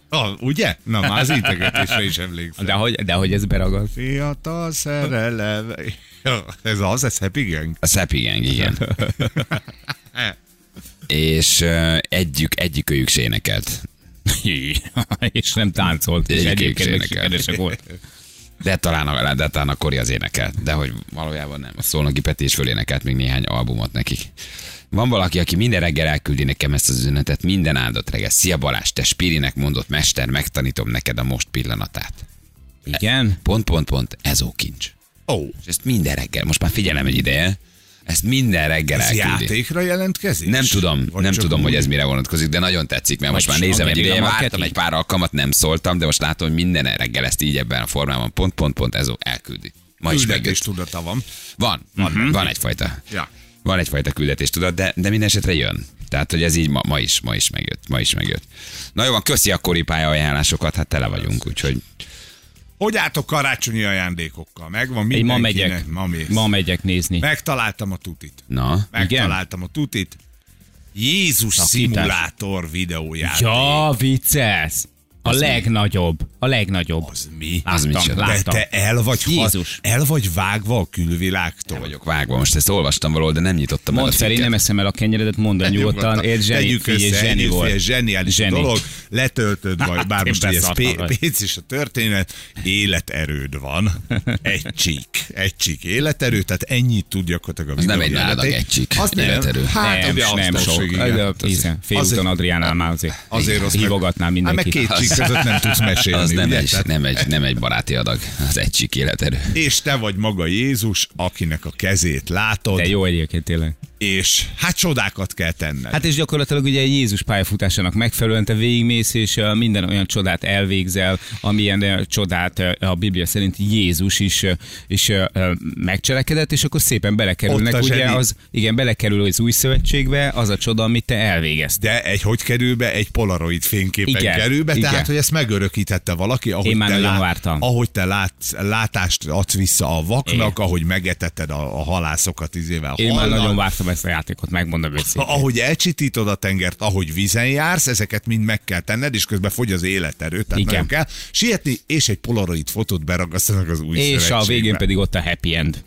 [SPEAKER 4] Ah, ugye? Na, már az integetésre is emlékszem.
[SPEAKER 3] De hogy, de hogy ez beragad.
[SPEAKER 4] Fiatal szerelem. Ja, Ez az, ez Happy Gang.
[SPEAKER 2] a Szepi Gang, igen. És ö, egyik, egyik őjük se énekelt.
[SPEAKER 3] és nem táncolt, és
[SPEAKER 2] Egyik
[SPEAKER 3] egyébként meg
[SPEAKER 2] énekel.
[SPEAKER 3] sikeresek volt.
[SPEAKER 2] De talán, a, de talán a Kori az énekelt, de hogy valójában nem. A Szolnoki Peti is fölénekelt még néhány albumot nekik. Van valaki, aki minden reggel elküldi nekem ezt az üzenetet, minden áldott reggel. Szia Balázs, te Spirinek mondott mester, megtanítom neked a most pillanatát.
[SPEAKER 3] Igen?
[SPEAKER 2] Pont, pont, pont, ez ókincs.
[SPEAKER 4] Ó, oh,
[SPEAKER 2] És ezt minden reggel, most már figyelem egy ideje, ezt minden reggel
[SPEAKER 4] ez
[SPEAKER 2] elküldi.
[SPEAKER 4] játékra jelentkezik?
[SPEAKER 2] Nem tudom,
[SPEAKER 4] Vagy
[SPEAKER 2] nem
[SPEAKER 4] csak
[SPEAKER 2] tudom, hogy
[SPEAKER 4] úgy?
[SPEAKER 2] ez mire vonatkozik, de nagyon tetszik, mert
[SPEAKER 3] Vagy
[SPEAKER 2] most már nézem egy
[SPEAKER 3] sláger,
[SPEAKER 2] ideje,
[SPEAKER 3] igen,
[SPEAKER 2] vártam
[SPEAKER 3] marketing.
[SPEAKER 2] egy pár alkalmat, nem szóltam, de most látom, hogy minden reggel ezt így ebben a formában pont, pont, pont ez elküldi. Ma is
[SPEAKER 4] Küldetés
[SPEAKER 2] megjött.
[SPEAKER 4] tudata van.
[SPEAKER 2] Van, van, van egyfajta.
[SPEAKER 4] Mhm. Ja.
[SPEAKER 2] Van egyfajta küldetés, tudod, de, de minden esetre jön. Tehát, hogy ez így ma, ma, is, ma is megjött, ma is megjött. Na jó, van, köszi a koripálya ajánlásokat, hát tele vagyunk, úgyhogy
[SPEAKER 4] Hogy álltok karácsonyi ajándékokkal? Megvan
[SPEAKER 3] Én ma
[SPEAKER 4] mindenkinek.
[SPEAKER 3] megyek,
[SPEAKER 4] Ma mész.
[SPEAKER 3] ma megyek nézni.
[SPEAKER 4] Megtaláltam a tutit.
[SPEAKER 2] na.
[SPEAKER 4] Megtaláltam a tutit. Jézus
[SPEAKER 3] Szakítás.
[SPEAKER 4] szimulátor videójáték.
[SPEAKER 3] Ja, vicces! A legnagyobb. A legnagyobb.
[SPEAKER 4] Az mi?
[SPEAKER 2] Az
[SPEAKER 3] Láttam,
[SPEAKER 2] micsoda?
[SPEAKER 4] De
[SPEAKER 3] láttam.
[SPEAKER 4] te el vagy,
[SPEAKER 3] Jézus.
[SPEAKER 4] el vagy vágva a külvilágtól.
[SPEAKER 2] Te vagyok vágva, most ezt olvastam valahol, de nem nyitottam
[SPEAKER 3] Mondd
[SPEAKER 2] el a
[SPEAKER 3] fel, én nem eszem el a kenyeredet, mondd el nyugodtan. Én zseni,
[SPEAKER 4] Tegyük
[SPEAKER 3] figyelj,
[SPEAKER 4] össze,
[SPEAKER 3] zseni
[SPEAKER 4] együtt,
[SPEAKER 3] volt.
[SPEAKER 4] figyelj, zseniális
[SPEAKER 3] Zseni.
[SPEAKER 4] dolog, letöltöd majd, bár
[SPEAKER 3] én
[SPEAKER 4] most ugye ez
[SPEAKER 3] beszartam
[SPEAKER 4] pé-
[SPEAKER 3] vagy.
[SPEAKER 4] pénz is a történet, életerőd van, egy csík, egy csík életerő, tehát ennyit tud gyakorlatilag a
[SPEAKER 2] Az nem egy
[SPEAKER 4] videójáték.
[SPEAKER 2] nálag egy csík
[SPEAKER 4] Az nem,
[SPEAKER 2] életerő.
[SPEAKER 4] Hát
[SPEAKER 3] nem,
[SPEAKER 4] ugye azt
[SPEAKER 3] nem
[SPEAKER 4] nem
[SPEAKER 3] sok.
[SPEAKER 4] igen.
[SPEAKER 3] Igen, hiszen félúton
[SPEAKER 4] Azért-
[SPEAKER 3] Adriánál már azért,
[SPEAKER 4] Azért azt meg-
[SPEAKER 3] hívogatnám
[SPEAKER 4] Hát meg
[SPEAKER 3] mindenkit.
[SPEAKER 4] két csík között nem tudsz mesélni.
[SPEAKER 2] Az nem
[SPEAKER 4] ugye?
[SPEAKER 2] egy,
[SPEAKER 4] Tehát-
[SPEAKER 2] nem, egy, nem egy baráti adag, az egy csik életerő.
[SPEAKER 4] és te vagy maga Jézus, akinek a kezét látod,
[SPEAKER 3] De jó egyébként tényleg.
[SPEAKER 4] és hát csodákat kell tenned.
[SPEAKER 3] Hát és gyakorlatilag ugye egy Jézus pályafutásának megfelelően te végigmész, és ö, minden olyan csodát elvégzel, amilyen ö, csodát ö, a Biblia szerint Jézus is, ö, is ö, ö, megcselekedett, és akkor szépen belekerülnek,
[SPEAKER 4] Ott a
[SPEAKER 3] ugye
[SPEAKER 4] zseni.
[SPEAKER 3] az, igen, belekerül az új szövetségbe, az a csoda, amit te elvégeztél.
[SPEAKER 4] De egy hogy kerül be, egy polaroid fényképen
[SPEAKER 3] Igen,
[SPEAKER 4] igen, kerül be,
[SPEAKER 3] igen.
[SPEAKER 4] tehát hogy ezt megörökítette valaki, ahogy
[SPEAKER 3] Én már
[SPEAKER 4] te,
[SPEAKER 3] nagyon vártam.
[SPEAKER 4] ahogy te látsz, látást adsz vissza a vaknak, igen. ahogy megeteted a, a halászokat izével
[SPEAKER 3] Én már
[SPEAKER 4] hallal.
[SPEAKER 3] nagyon vártam ezt a játékot, megmondom őszintén.
[SPEAKER 4] ahogy elcsitítod a tengert, ahogy vízen jársz, ezeket mind meg kell tenned, és közben fogy az életerő, tehát
[SPEAKER 3] Igen.
[SPEAKER 4] Igen. nagyon kell sietni, és egy polaroid fotót beragasztanak az új
[SPEAKER 3] És a végén
[SPEAKER 4] szövetségbe.
[SPEAKER 3] pedig ott a happy end.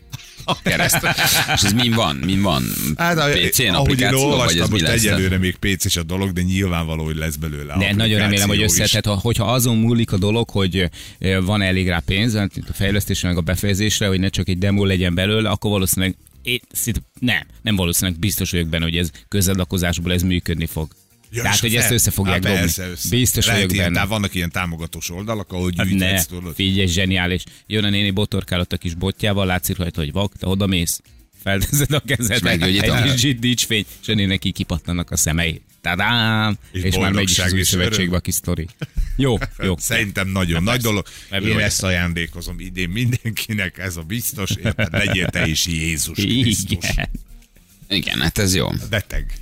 [SPEAKER 2] Keresztül. És ez min van? Min van?
[SPEAKER 4] Hát, a,
[SPEAKER 2] PC-n,
[SPEAKER 4] ahogy én
[SPEAKER 2] applikáció, vagy ez
[SPEAKER 4] olvastam,
[SPEAKER 2] mi
[SPEAKER 4] hogy
[SPEAKER 2] lesz?
[SPEAKER 4] egyelőre még PC is a dolog, de nyilvánvaló, hogy lesz belőle
[SPEAKER 3] De nagyon remélem, hogy
[SPEAKER 4] applikáció
[SPEAKER 3] össze,
[SPEAKER 4] is.
[SPEAKER 3] tehát ha, hogyha azon múlik a dolog, hogy ö, van elég rá pénz, hát itt a fejlesztésre, meg a befejezésre, hogy ne csak egy demo legyen belőle, akkor valószínűleg én, szinte, nem, nem valószínűleg biztos vagyok benne, hogy ez közledakozásból ez működni fog.
[SPEAKER 4] Ja,
[SPEAKER 3] Ja, Tehát,
[SPEAKER 4] és
[SPEAKER 3] hogy
[SPEAKER 4] fel-
[SPEAKER 3] ezt össze fogják
[SPEAKER 4] Hát
[SPEAKER 3] dobni.
[SPEAKER 4] persze, össze.
[SPEAKER 3] Biztos
[SPEAKER 4] Lehet
[SPEAKER 3] vagyok
[SPEAKER 4] ilyen,
[SPEAKER 3] benne.
[SPEAKER 4] tehát vannak ilyen támogatós oldalak, ahol
[SPEAKER 3] Hát
[SPEAKER 4] gyűjtetsz,
[SPEAKER 3] ne,
[SPEAKER 4] tudod.
[SPEAKER 3] figyelj, zseniális. Jön a néni, botorkálott a kis botjával, látszik rajta, hogy vak, te oda mész, felteszed a kezed,
[SPEAKER 2] meggyógyítom.
[SPEAKER 3] egy kis dicsfény, és a néneki kipatlanak a szemei. Tadám!
[SPEAKER 4] És
[SPEAKER 3] És, és már megy is az
[SPEAKER 4] boldogság
[SPEAKER 3] új
[SPEAKER 4] és
[SPEAKER 3] szövetségbe
[SPEAKER 4] öröm.
[SPEAKER 3] a kis sztori. Jó, jó.
[SPEAKER 4] Szerintem nagyon nagy dolog.
[SPEAKER 3] Ebből
[SPEAKER 4] Én
[SPEAKER 3] vagyok.
[SPEAKER 4] ezt ajándékozom idén mindenkinek, ez a biztos, érted? Legyél te is Jézus Krisztus.
[SPEAKER 3] Igen.
[SPEAKER 2] Igen, hát ez jó.
[SPEAKER 4] Beteg.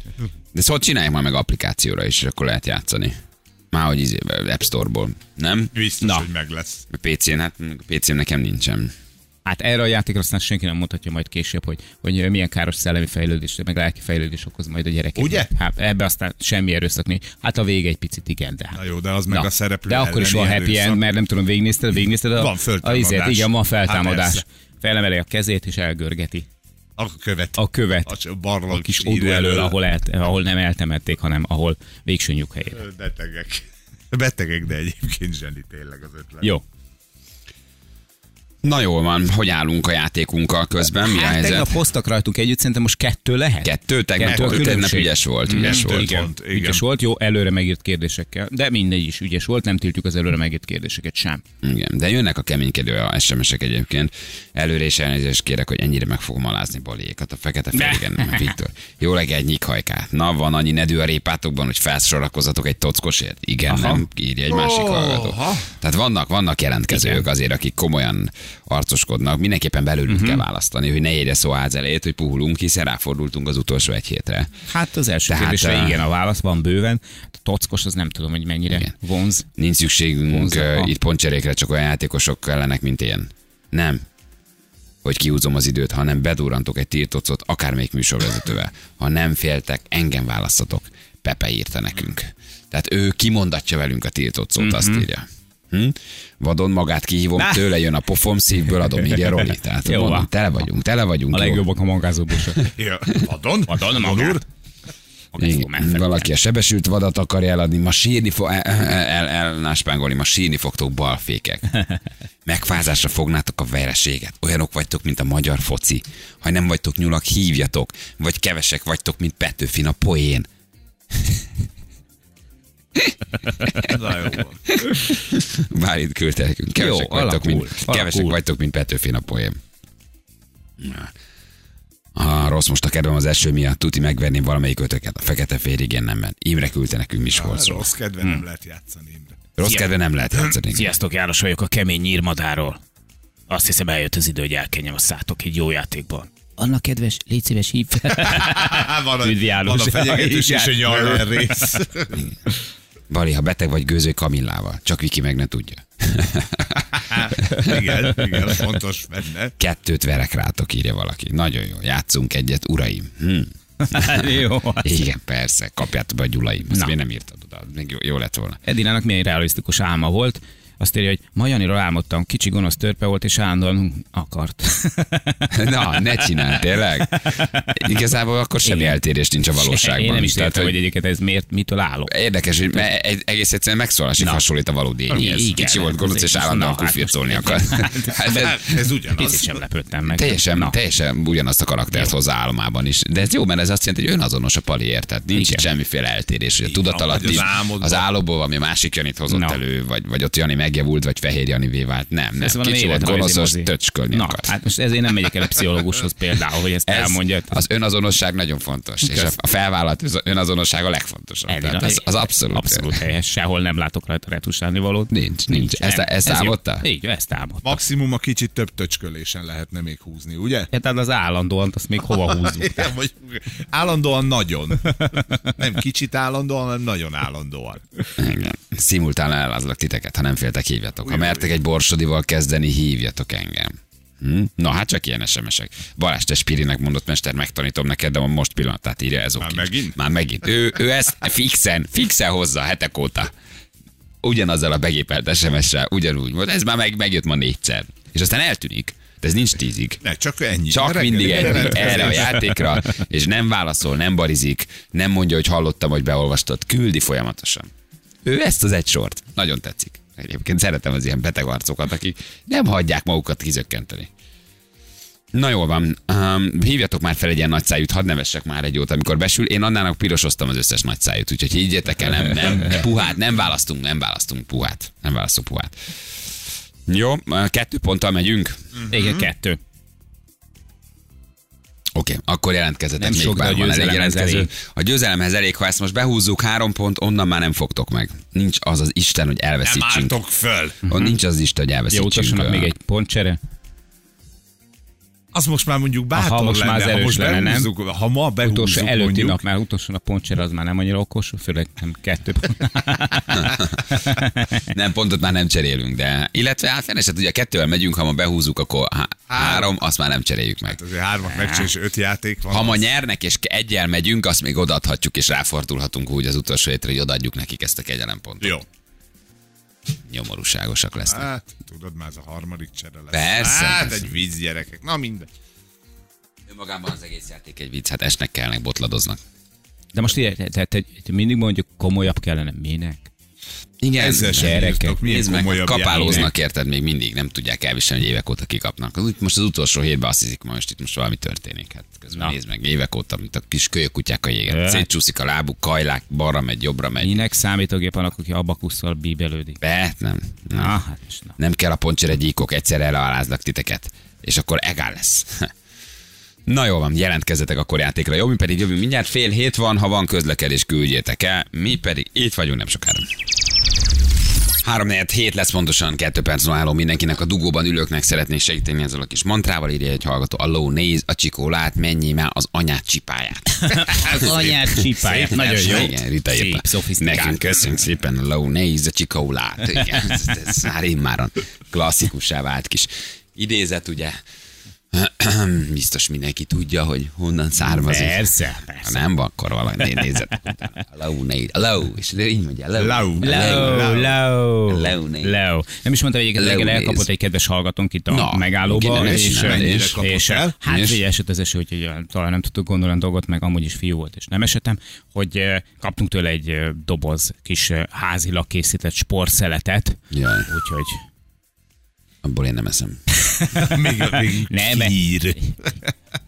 [SPEAKER 2] De szóval csinálják már meg applikációra is, és akkor lehet játszani. Már hogy izé, App Store-ból, nem?
[SPEAKER 4] Biztos,
[SPEAKER 3] Na.
[SPEAKER 4] hogy meg lesz.
[SPEAKER 2] A PC-n, hát a PC-n nekem nincsen.
[SPEAKER 3] Hát erre a játékra aztán senki nem mondhatja majd később, hogy, hogy milyen káros szellemi fejlődés, meg lelki fejlődés okoz majd a gyerekek.
[SPEAKER 4] Ugye?
[SPEAKER 3] Hát ebbe aztán semmi erőszak nincs. Hát a vége egy picit igen, de hát.
[SPEAKER 4] Na jó, de az meg a szereplő
[SPEAKER 3] De akkor is van
[SPEAKER 4] elleni
[SPEAKER 3] happy
[SPEAKER 4] erőszak.
[SPEAKER 3] end, mert nem tudom, végignézted, végignézted a,
[SPEAKER 4] Van
[SPEAKER 3] a
[SPEAKER 4] föltámadás.
[SPEAKER 3] izét, igen, van feltámadás.
[SPEAKER 4] Hát
[SPEAKER 3] Hát
[SPEAKER 4] persze.
[SPEAKER 3] Felemeli a kezét és elgörgeti
[SPEAKER 4] A követ.
[SPEAKER 3] a követ
[SPEAKER 4] A barlang
[SPEAKER 3] a kis odú elől, ahol, el, ahol nem eltemették, hanem ahol végső nyug helyén.
[SPEAKER 4] Betegek. Betegek, de egyébként zseni tényleg az ötlet.
[SPEAKER 3] Jó.
[SPEAKER 2] Na jól van, hogy állunk a játékunkkal közben, mi a
[SPEAKER 3] Hát tegnap
[SPEAKER 2] helyzet?
[SPEAKER 3] hoztak rajtunk együtt, szerintem most kettő lehet.
[SPEAKER 2] Kettő, tegnap,
[SPEAKER 3] Kettő a
[SPEAKER 2] kettő, tegnap
[SPEAKER 3] különbség.
[SPEAKER 2] ügyes volt, ügyes volt.
[SPEAKER 4] Nem tudom.
[SPEAKER 3] Igen,
[SPEAKER 4] Pont, igen.
[SPEAKER 3] ügyes volt, jó, előre megírt kérdésekkel, de mindegy is ügyes volt, nem tiltjuk az előre megírt kérdéseket sem.
[SPEAKER 2] Igen, de jönnek a keménykedő a SMS-ek egyébként. Előre is elnézést kérek, hogy ennyire meg fogom alázni balékat. A fekete fehéren, nem hát Viktor. Jó legyen egy nyikhajkát. Na, van annyi nedű a répátokban, hogy felsorakozatok egy tockosért. Igen, Aha. nem írja egy másik hallgató. Tehát vannak, vannak jelentkezők azért, akik komolyan arcoskodnak. Mindenképpen belőlünk uh-huh. kell választani, hogy ne érje szó ház elejét, hogy puhulunk, hiszen ráfordultunk az utolsó egy hétre.
[SPEAKER 3] Hát az első
[SPEAKER 2] Tehát,
[SPEAKER 3] Tehát kérdésre
[SPEAKER 2] eh,
[SPEAKER 3] igen, a válasz van bőven. Hát A tockos az nem tudom, hogy mennyire
[SPEAKER 2] Igen.
[SPEAKER 3] igen. vonz.
[SPEAKER 2] Nincs szükségünk
[SPEAKER 3] Vonzza,
[SPEAKER 2] uh,
[SPEAKER 3] ha.
[SPEAKER 2] itt pontcserékre, csak olyan játékosok kellenek, mint én. Nem. Hogy kiúzom az időt, hanem bedurrantok egy tiltocot akármelyik műsorvezetővel. Ha nem féltek, engem választatok. Pepe írta nekünk. Tehát ő kimondatja velünk a tiltocot,
[SPEAKER 3] Mhm.
[SPEAKER 2] mm-hmm. azt írja. Hm? Vadon magát kihívom, tőle jön a pofom, szívből adom, írja Roli. Tehát
[SPEAKER 3] Jó
[SPEAKER 2] mondom,
[SPEAKER 3] van.
[SPEAKER 2] tele vagyunk, tele vagyunk.
[SPEAKER 3] A
[SPEAKER 2] jó.
[SPEAKER 3] legjobbak a mangázóbusok.
[SPEAKER 4] Ja, Vadon?
[SPEAKER 3] Vadon magát.
[SPEAKER 4] Úr?
[SPEAKER 2] Igen, valaki a sebesült vadat akarja eladni, ma sírni fog, el, e- el, el, náspángolni, ma sírni fogtok balfékek. Megfázásra fognátok a vereséget. Olyanok vagytok, mint a magyar foci. Ha nem vagytok nyulak, hívjatok. Vagy kevesek vagytok, mint Petőfin a poén.
[SPEAKER 4] Na jó. van.
[SPEAKER 2] Bár itt küldte nekünk. Kevesek,
[SPEAKER 3] Jó,
[SPEAKER 2] vagytok,
[SPEAKER 3] alakul,
[SPEAKER 2] mint,
[SPEAKER 3] alakul.
[SPEAKER 2] kevesek vagytok, mint Petőfin a poém. Ah, rossz most a kedvem az eső miatt, tuti megverném valamelyik ötöket. A fekete férigén nem ment. Imre küldte nekünk Miskolcról.
[SPEAKER 4] Rossz kedve
[SPEAKER 3] Hm.
[SPEAKER 4] nem lehet játszani, Imre.
[SPEAKER 2] Rossz kedve nem lehet játszani.
[SPEAKER 5] Sziasztok, János vagyok a kemény nyírmadáról. Azt hiszem eljött az idő, hogy elkenjem a szátok egy jó játékban.
[SPEAKER 3] Anna kedves, légy szíves, hív
[SPEAKER 4] Á, van a,
[SPEAKER 3] Üdv János.
[SPEAKER 4] van a fenyegetős
[SPEAKER 3] Igen.
[SPEAKER 4] és a nyarlán rész.
[SPEAKER 2] Vali, ha beteg vagy, gőző kamillával. Csak Viki meg ne tudja.
[SPEAKER 4] Hát, igen, igen, fontos benne.
[SPEAKER 2] Kettőt verek rátok, írja valaki. Nagyon jó, játszunk egyet, uraim. Hm.
[SPEAKER 3] Jó.
[SPEAKER 2] Igen, persze, kapjátok be a gyulaim. Ezt
[SPEAKER 3] Na.
[SPEAKER 2] miért nem írtad oda? Még jó, jó lett volna.
[SPEAKER 3] Edinának milyen realisztikus álma volt. Azt írja, hogy ma Janiról álmodtam, kicsi gonosz törpe volt, és állandóan akart.
[SPEAKER 2] Na, ne csinál, tényleg. Igazából akkor semmi
[SPEAKER 3] Igen.
[SPEAKER 2] eltérés nincs a valóságban.
[SPEAKER 3] Én nem is
[SPEAKER 2] Tehát,
[SPEAKER 3] értem, hogy egyébként ez miért, mitól állok.
[SPEAKER 2] Érdekes, hogy me- egy- egész egyszerűen megszólalásig hasonlít a valódi ényhez.
[SPEAKER 3] Igen,
[SPEAKER 2] Kicsi volt gonosz, és
[SPEAKER 3] azért.
[SPEAKER 2] állandóan
[SPEAKER 3] Na, hát
[SPEAKER 2] kufircolni
[SPEAKER 3] most-
[SPEAKER 2] akar. Hát ez,
[SPEAKER 4] Hát, ez
[SPEAKER 3] Picit
[SPEAKER 4] ugyanaz.
[SPEAKER 3] sem lepődtem meg.
[SPEAKER 2] teljesen,
[SPEAKER 3] Na.
[SPEAKER 2] teljesen ugyanazt a karaktert hozzá álmában is. De ez jó, mert ez azt jelenti, hogy önazonos a paliért. Tehát nincs itt semmiféle eltérés. Hogy a
[SPEAKER 4] vagy
[SPEAKER 2] tudatalatti,
[SPEAKER 4] az álmodban.
[SPEAKER 2] az álomból, ami a másik Janit hozott
[SPEAKER 3] Na.
[SPEAKER 2] elő, vagy, vagy ott Jani megjavult, vagy fehér Janivé vált. Nem, nem.
[SPEAKER 3] Ez van
[SPEAKER 2] Kicsi volt
[SPEAKER 3] életrajzi
[SPEAKER 2] gonoszos,
[SPEAKER 3] mozi.
[SPEAKER 2] töcskölni
[SPEAKER 3] Na,
[SPEAKER 2] akart.
[SPEAKER 3] hát most ezért nem megyek el a pszichológushoz például, hogy ezt
[SPEAKER 2] Ez-
[SPEAKER 3] elmondja. hát
[SPEAKER 2] Az önazonosság nagyon fontos, és a- a felvállalt öz- önazonosság a legfontosabb.
[SPEAKER 3] Eddig
[SPEAKER 2] Tehát
[SPEAKER 3] a-
[SPEAKER 2] ez az abszolút.
[SPEAKER 3] Abszolút helyes, sehol nem látok rajta retusálni valót.
[SPEAKER 2] Nincs, nincs. Ezt-
[SPEAKER 3] nem.
[SPEAKER 2] ezt
[SPEAKER 3] Ez jó.
[SPEAKER 2] álmodta?
[SPEAKER 3] Így, ezt álmodta.
[SPEAKER 4] Maximum a kicsit több töcskölésen lehetne még húzni, ugye?
[SPEAKER 3] Ja, Tehát az állandóan, azt még hova húzzuk.
[SPEAKER 4] Igen, vagy állandóan nagyon. Nem kicsit állandóan, hanem nagyon állandóan.
[SPEAKER 2] Igen. Szimultán elázlak titeket, ha nem féltek, hívjatok. Ha mertek egy borsodival kezdeni, hívjatok engem. Hm? Na, hát csak ilyen SMS-ek. Balázs Tespirinek mondott, mester, megtanítom neked, de most pillanatát írja ez oké.
[SPEAKER 4] megint?
[SPEAKER 2] Már megint. Ő, ő ezt fixen, fixen hozzá hetek óta. Ugyanazzal a begépelt SMS-sel, ugyanúgy volt. Ez már meg, megjött ma négyszer. És aztán eltűnik. De ez nincs tízig.
[SPEAKER 4] Ne, csak ennyi.
[SPEAKER 2] Csak
[SPEAKER 4] Reggeli
[SPEAKER 2] mindig ennyi,
[SPEAKER 4] jelentkezés.
[SPEAKER 2] erre a játékra, és nem válaszol, nem barizik, nem mondja, hogy hallottam, hogy beolvastad, küldi folyamatosan. Ő ezt az egy sort. Nagyon tetszik. Egyébként szeretem az ilyen beteg arcokat, akik nem hagyják magukat kizökkenteni. Na jól van, um, hívjatok már fel egy ilyen nagyszájút, hadd nevessek már egy jót, amikor besül. Én annának pirosoztam az összes nagyszájút, úgyhogy higgyetek el, nem, nem, puhát, nem választunk, nem választunk puhát, nem választunk puhát. Jó, kettő ponttal megyünk.
[SPEAKER 3] Igen, kettő.
[SPEAKER 2] Oké, okay, akkor jelentkezzetek.
[SPEAKER 3] Nem
[SPEAKER 2] még
[SPEAKER 3] sok, de
[SPEAKER 2] bár
[SPEAKER 3] a
[SPEAKER 2] van elég
[SPEAKER 3] győzelemhez
[SPEAKER 2] jelentkező.
[SPEAKER 3] elég.
[SPEAKER 2] A győzelemhez elég, ha ezt most behúzzuk, három pont, onnan már nem fogtok meg. Nincs az az Isten, hogy
[SPEAKER 4] Nem
[SPEAKER 2] elveszítsünk.
[SPEAKER 4] álltok föl.
[SPEAKER 2] On, nincs az Isten, hogy
[SPEAKER 3] Jó,
[SPEAKER 2] elveszítsünk.
[SPEAKER 3] utassanak
[SPEAKER 2] ö,
[SPEAKER 3] még egy pontcsere.
[SPEAKER 4] Az most már mondjuk bátor
[SPEAKER 3] Aha, most
[SPEAKER 4] lenne,
[SPEAKER 3] már az
[SPEAKER 4] ha
[SPEAKER 3] erős
[SPEAKER 4] most
[SPEAKER 3] lenne, nem?
[SPEAKER 4] behúzzuk, ha ma
[SPEAKER 3] Utolsó
[SPEAKER 4] behúzzuk
[SPEAKER 3] előtti
[SPEAKER 4] mondjuk,
[SPEAKER 3] nap, már utolsó nap pontcsere, az már nem annyira okos, főleg nem kettő pont.
[SPEAKER 2] Nem, pontot már nem cserélünk, de... Illetve hát feneset, ugye kettővel megyünk, ha ma behúzzuk, akkor há- három, azt már nem cseréljük
[SPEAKER 3] Hát
[SPEAKER 2] meg.
[SPEAKER 4] azért hármat meccs és öt játék van.
[SPEAKER 2] Ha ma nyernek és egyel megyünk, azt még odaadhatjuk, és ráfordulhatunk úgy az utolsó hétre, hogy odaadjuk nekik ezt a kegyelempontot.
[SPEAKER 4] Jó.
[SPEAKER 2] Nyomorúságosak lesznek.
[SPEAKER 4] Hát, tudod, már ez a harmadik csere lesz.
[SPEAKER 2] Persze,
[SPEAKER 4] Hát,
[SPEAKER 2] persze.
[SPEAKER 4] egy víz gyerekek. Na minden.
[SPEAKER 2] Önmagában az egész játék egy vicc, hát esnek kellnek, botladoznak.
[SPEAKER 3] De most így, tehát, hogy mindig mondjuk komolyabb kellene. Minek?
[SPEAKER 2] Igen,
[SPEAKER 4] Ezzel sem
[SPEAKER 2] gyerekek,
[SPEAKER 4] írtok, milyen
[SPEAKER 2] nézd meg,
[SPEAKER 4] komolyabb
[SPEAKER 2] kapálóznak, érted, még mindig nem tudják elviselni, hogy évek óta kikapnak. Az úgy- Most az utolsó hétben azt hiszik, most itt most valami történik. Hát közben
[SPEAKER 3] Na.
[SPEAKER 2] nézd meg, évek óta, mint a kis kölyökutyák a jégen.
[SPEAKER 3] Hát.
[SPEAKER 2] Szétcsúszik a lábuk, kajlák, balra megy, jobbra megy.
[SPEAKER 3] Minek számítógép annak, aki abakusszal bíbelődik?
[SPEAKER 2] Be, nem.
[SPEAKER 3] Na,
[SPEAKER 2] nem.
[SPEAKER 3] hát most na.
[SPEAKER 2] Nem kell a poncsere gyíkok, egyszer elhalázlak titeket. És akkor egál lesz. Na jó van, jelentkezzetek akkor játékra. Jó, mi pedig jövünk mindjárt fél hét van, ha van közlekedés, küldjétek el. Mi pedig itt vagyunk nem sokára. 3 4 7 lesz pontosan, 2 perc álló mindenkinek a dugóban ülőknek szeretnék segíteni ezzel a kis mantrával, írja egy hallgató, a ló néz, a csikó lát, mennyi már az anyát csipáját.
[SPEAKER 3] Az anyát csipálják, nagyon jó.
[SPEAKER 2] Igen, Rita
[SPEAKER 3] Szép,
[SPEAKER 2] írta.
[SPEAKER 3] szofisztikált.
[SPEAKER 2] Nekünk köszönjük szépen, a ló néz, a csikó lát. Igen, ez, ez már immáron klasszikussá vált kis idézet, ugye. Biztos mindenki tudja, hogy honnan származik.
[SPEAKER 3] Persze,
[SPEAKER 2] Ha
[SPEAKER 3] persze.
[SPEAKER 2] nem, akkor valami nézzet. Low, négy, low, és így mondja, low.
[SPEAKER 4] Low.
[SPEAKER 3] Leo, Leo,
[SPEAKER 2] Leo né.
[SPEAKER 3] Leo. Nem is mondtam, hogy egyébként reggel
[SPEAKER 2] Leo
[SPEAKER 3] elkapott
[SPEAKER 2] néz.
[SPEAKER 3] egy kedves hallgatónk itt a
[SPEAKER 2] Na, igen,
[SPEAKER 3] megállóba,
[SPEAKER 2] nem
[SPEAKER 3] és,
[SPEAKER 2] csinálod,
[SPEAKER 3] és,
[SPEAKER 2] és
[SPEAKER 3] és,
[SPEAKER 4] kapott
[SPEAKER 3] és
[SPEAKER 4] el?
[SPEAKER 3] hát
[SPEAKER 2] És?
[SPEAKER 3] ugye esett az eső, úgyhogy eh, talán nem tudtuk gondolni a dolgot, meg amúgy is fiú volt, és nem esetem, hogy eh, kaptunk tőle egy eh, doboz kis eh, házilag készített sportszeletet,
[SPEAKER 2] Jaj,
[SPEAKER 3] úgyhogy
[SPEAKER 2] abból én nem eszem.
[SPEAKER 4] Még, még
[SPEAKER 3] Nem.
[SPEAKER 4] kír.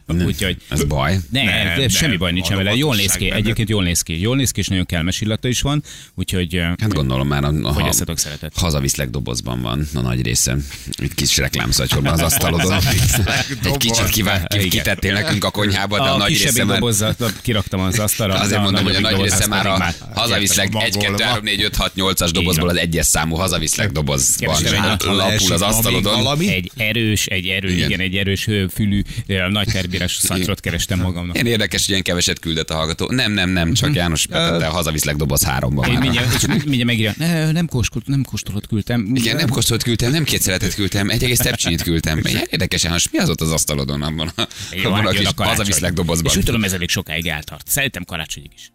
[SPEAKER 3] úgyhogy
[SPEAKER 2] Ez baj.
[SPEAKER 3] Ne,
[SPEAKER 4] Nem,
[SPEAKER 3] nem,
[SPEAKER 4] nem,
[SPEAKER 3] nem, semmi baj nincsen
[SPEAKER 4] való
[SPEAKER 3] vele. Jól néz
[SPEAKER 4] valóság
[SPEAKER 3] ki,
[SPEAKER 4] benned.
[SPEAKER 3] egyébként jól néz ki. Jól néz ki, és nagyon kellemes illata is van, úgyhogy eh,
[SPEAKER 2] Hát gondolom már, a, ha
[SPEAKER 3] Fogyasztatok szeretet.
[SPEAKER 2] hazaviszlek dobozban van a nagy része. Egy kis reklámszatyorban az asztalodon. Egy
[SPEAKER 4] doboz.
[SPEAKER 2] kicsit kivá- ki- kitettél nekünk a konyhába, de a,
[SPEAKER 3] a
[SPEAKER 2] nagy része
[SPEAKER 3] kisebbik
[SPEAKER 2] már...
[SPEAKER 3] dobozzat kiraktam az asztalra. de
[SPEAKER 2] Azért mondom, hogy a
[SPEAKER 3] nagyobbik
[SPEAKER 2] nagy
[SPEAKER 3] doboz,
[SPEAKER 2] része
[SPEAKER 3] az
[SPEAKER 2] már
[SPEAKER 3] pedig
[SPEAKER 2] a hazaviszlek
[SPEAKER 4] Magolva.
[SPEAKER 2] 1, 2, 3, 4, 5, 6, 8-as dobozból
[SPEAKER 3] van.
[SPEAKER 2] az egyes számú hazaviszlek dobozban
[SPEAKER 3] Keresem, hogy
[SPEAKER 2] lapul az
[SPEAKER 4] Esik ma még
[SPEAKER 2] asztalodon.
[SPEAKER 4] Valami?
[SPEAKER 3] Egy erős, egy erős,
[SPEAKER 2] Igen.
[SPEAKER 3] igen, igen egy erős hőfülű, eh, nagy éves szacrot kerestem magamnak.
[SPEAKER 2] Ilyen érdekes, hogy ilyen keveset küldött a hallgató. Nem, nem, nem, csak János Petete, hazaviszlek doboz háromba.
[SPEAKER 3] Én
[SPEAKER 2] már.
[SPEAKER 3] mindjárt, és mindjárt megírja, ne, nem, kóstolt, nem kóstolót küldtem.
[SPEAKER 2] Igen, nem kóstolt küldtem, nem két szeletet küldtem, egy egész tepcsinyit küldtem. Ilyen Érdekes, János, mi az ott az asztalodon abban a,
[SPEAKER 5] Jó,
[SPEAKER 2] abban a
[SPEAKER 5] hát jön
[SPEAKER 2] kis
[SPEAKER 5] a karácsony.
[SPEAKER 2] hazaviszlek
[SPEAKER 5] És
[SPEAKER 2] dobozban?
[SPEAKER 5] úgy tudom, ez elég sokáig eltart. Szerintem karácsonyig is.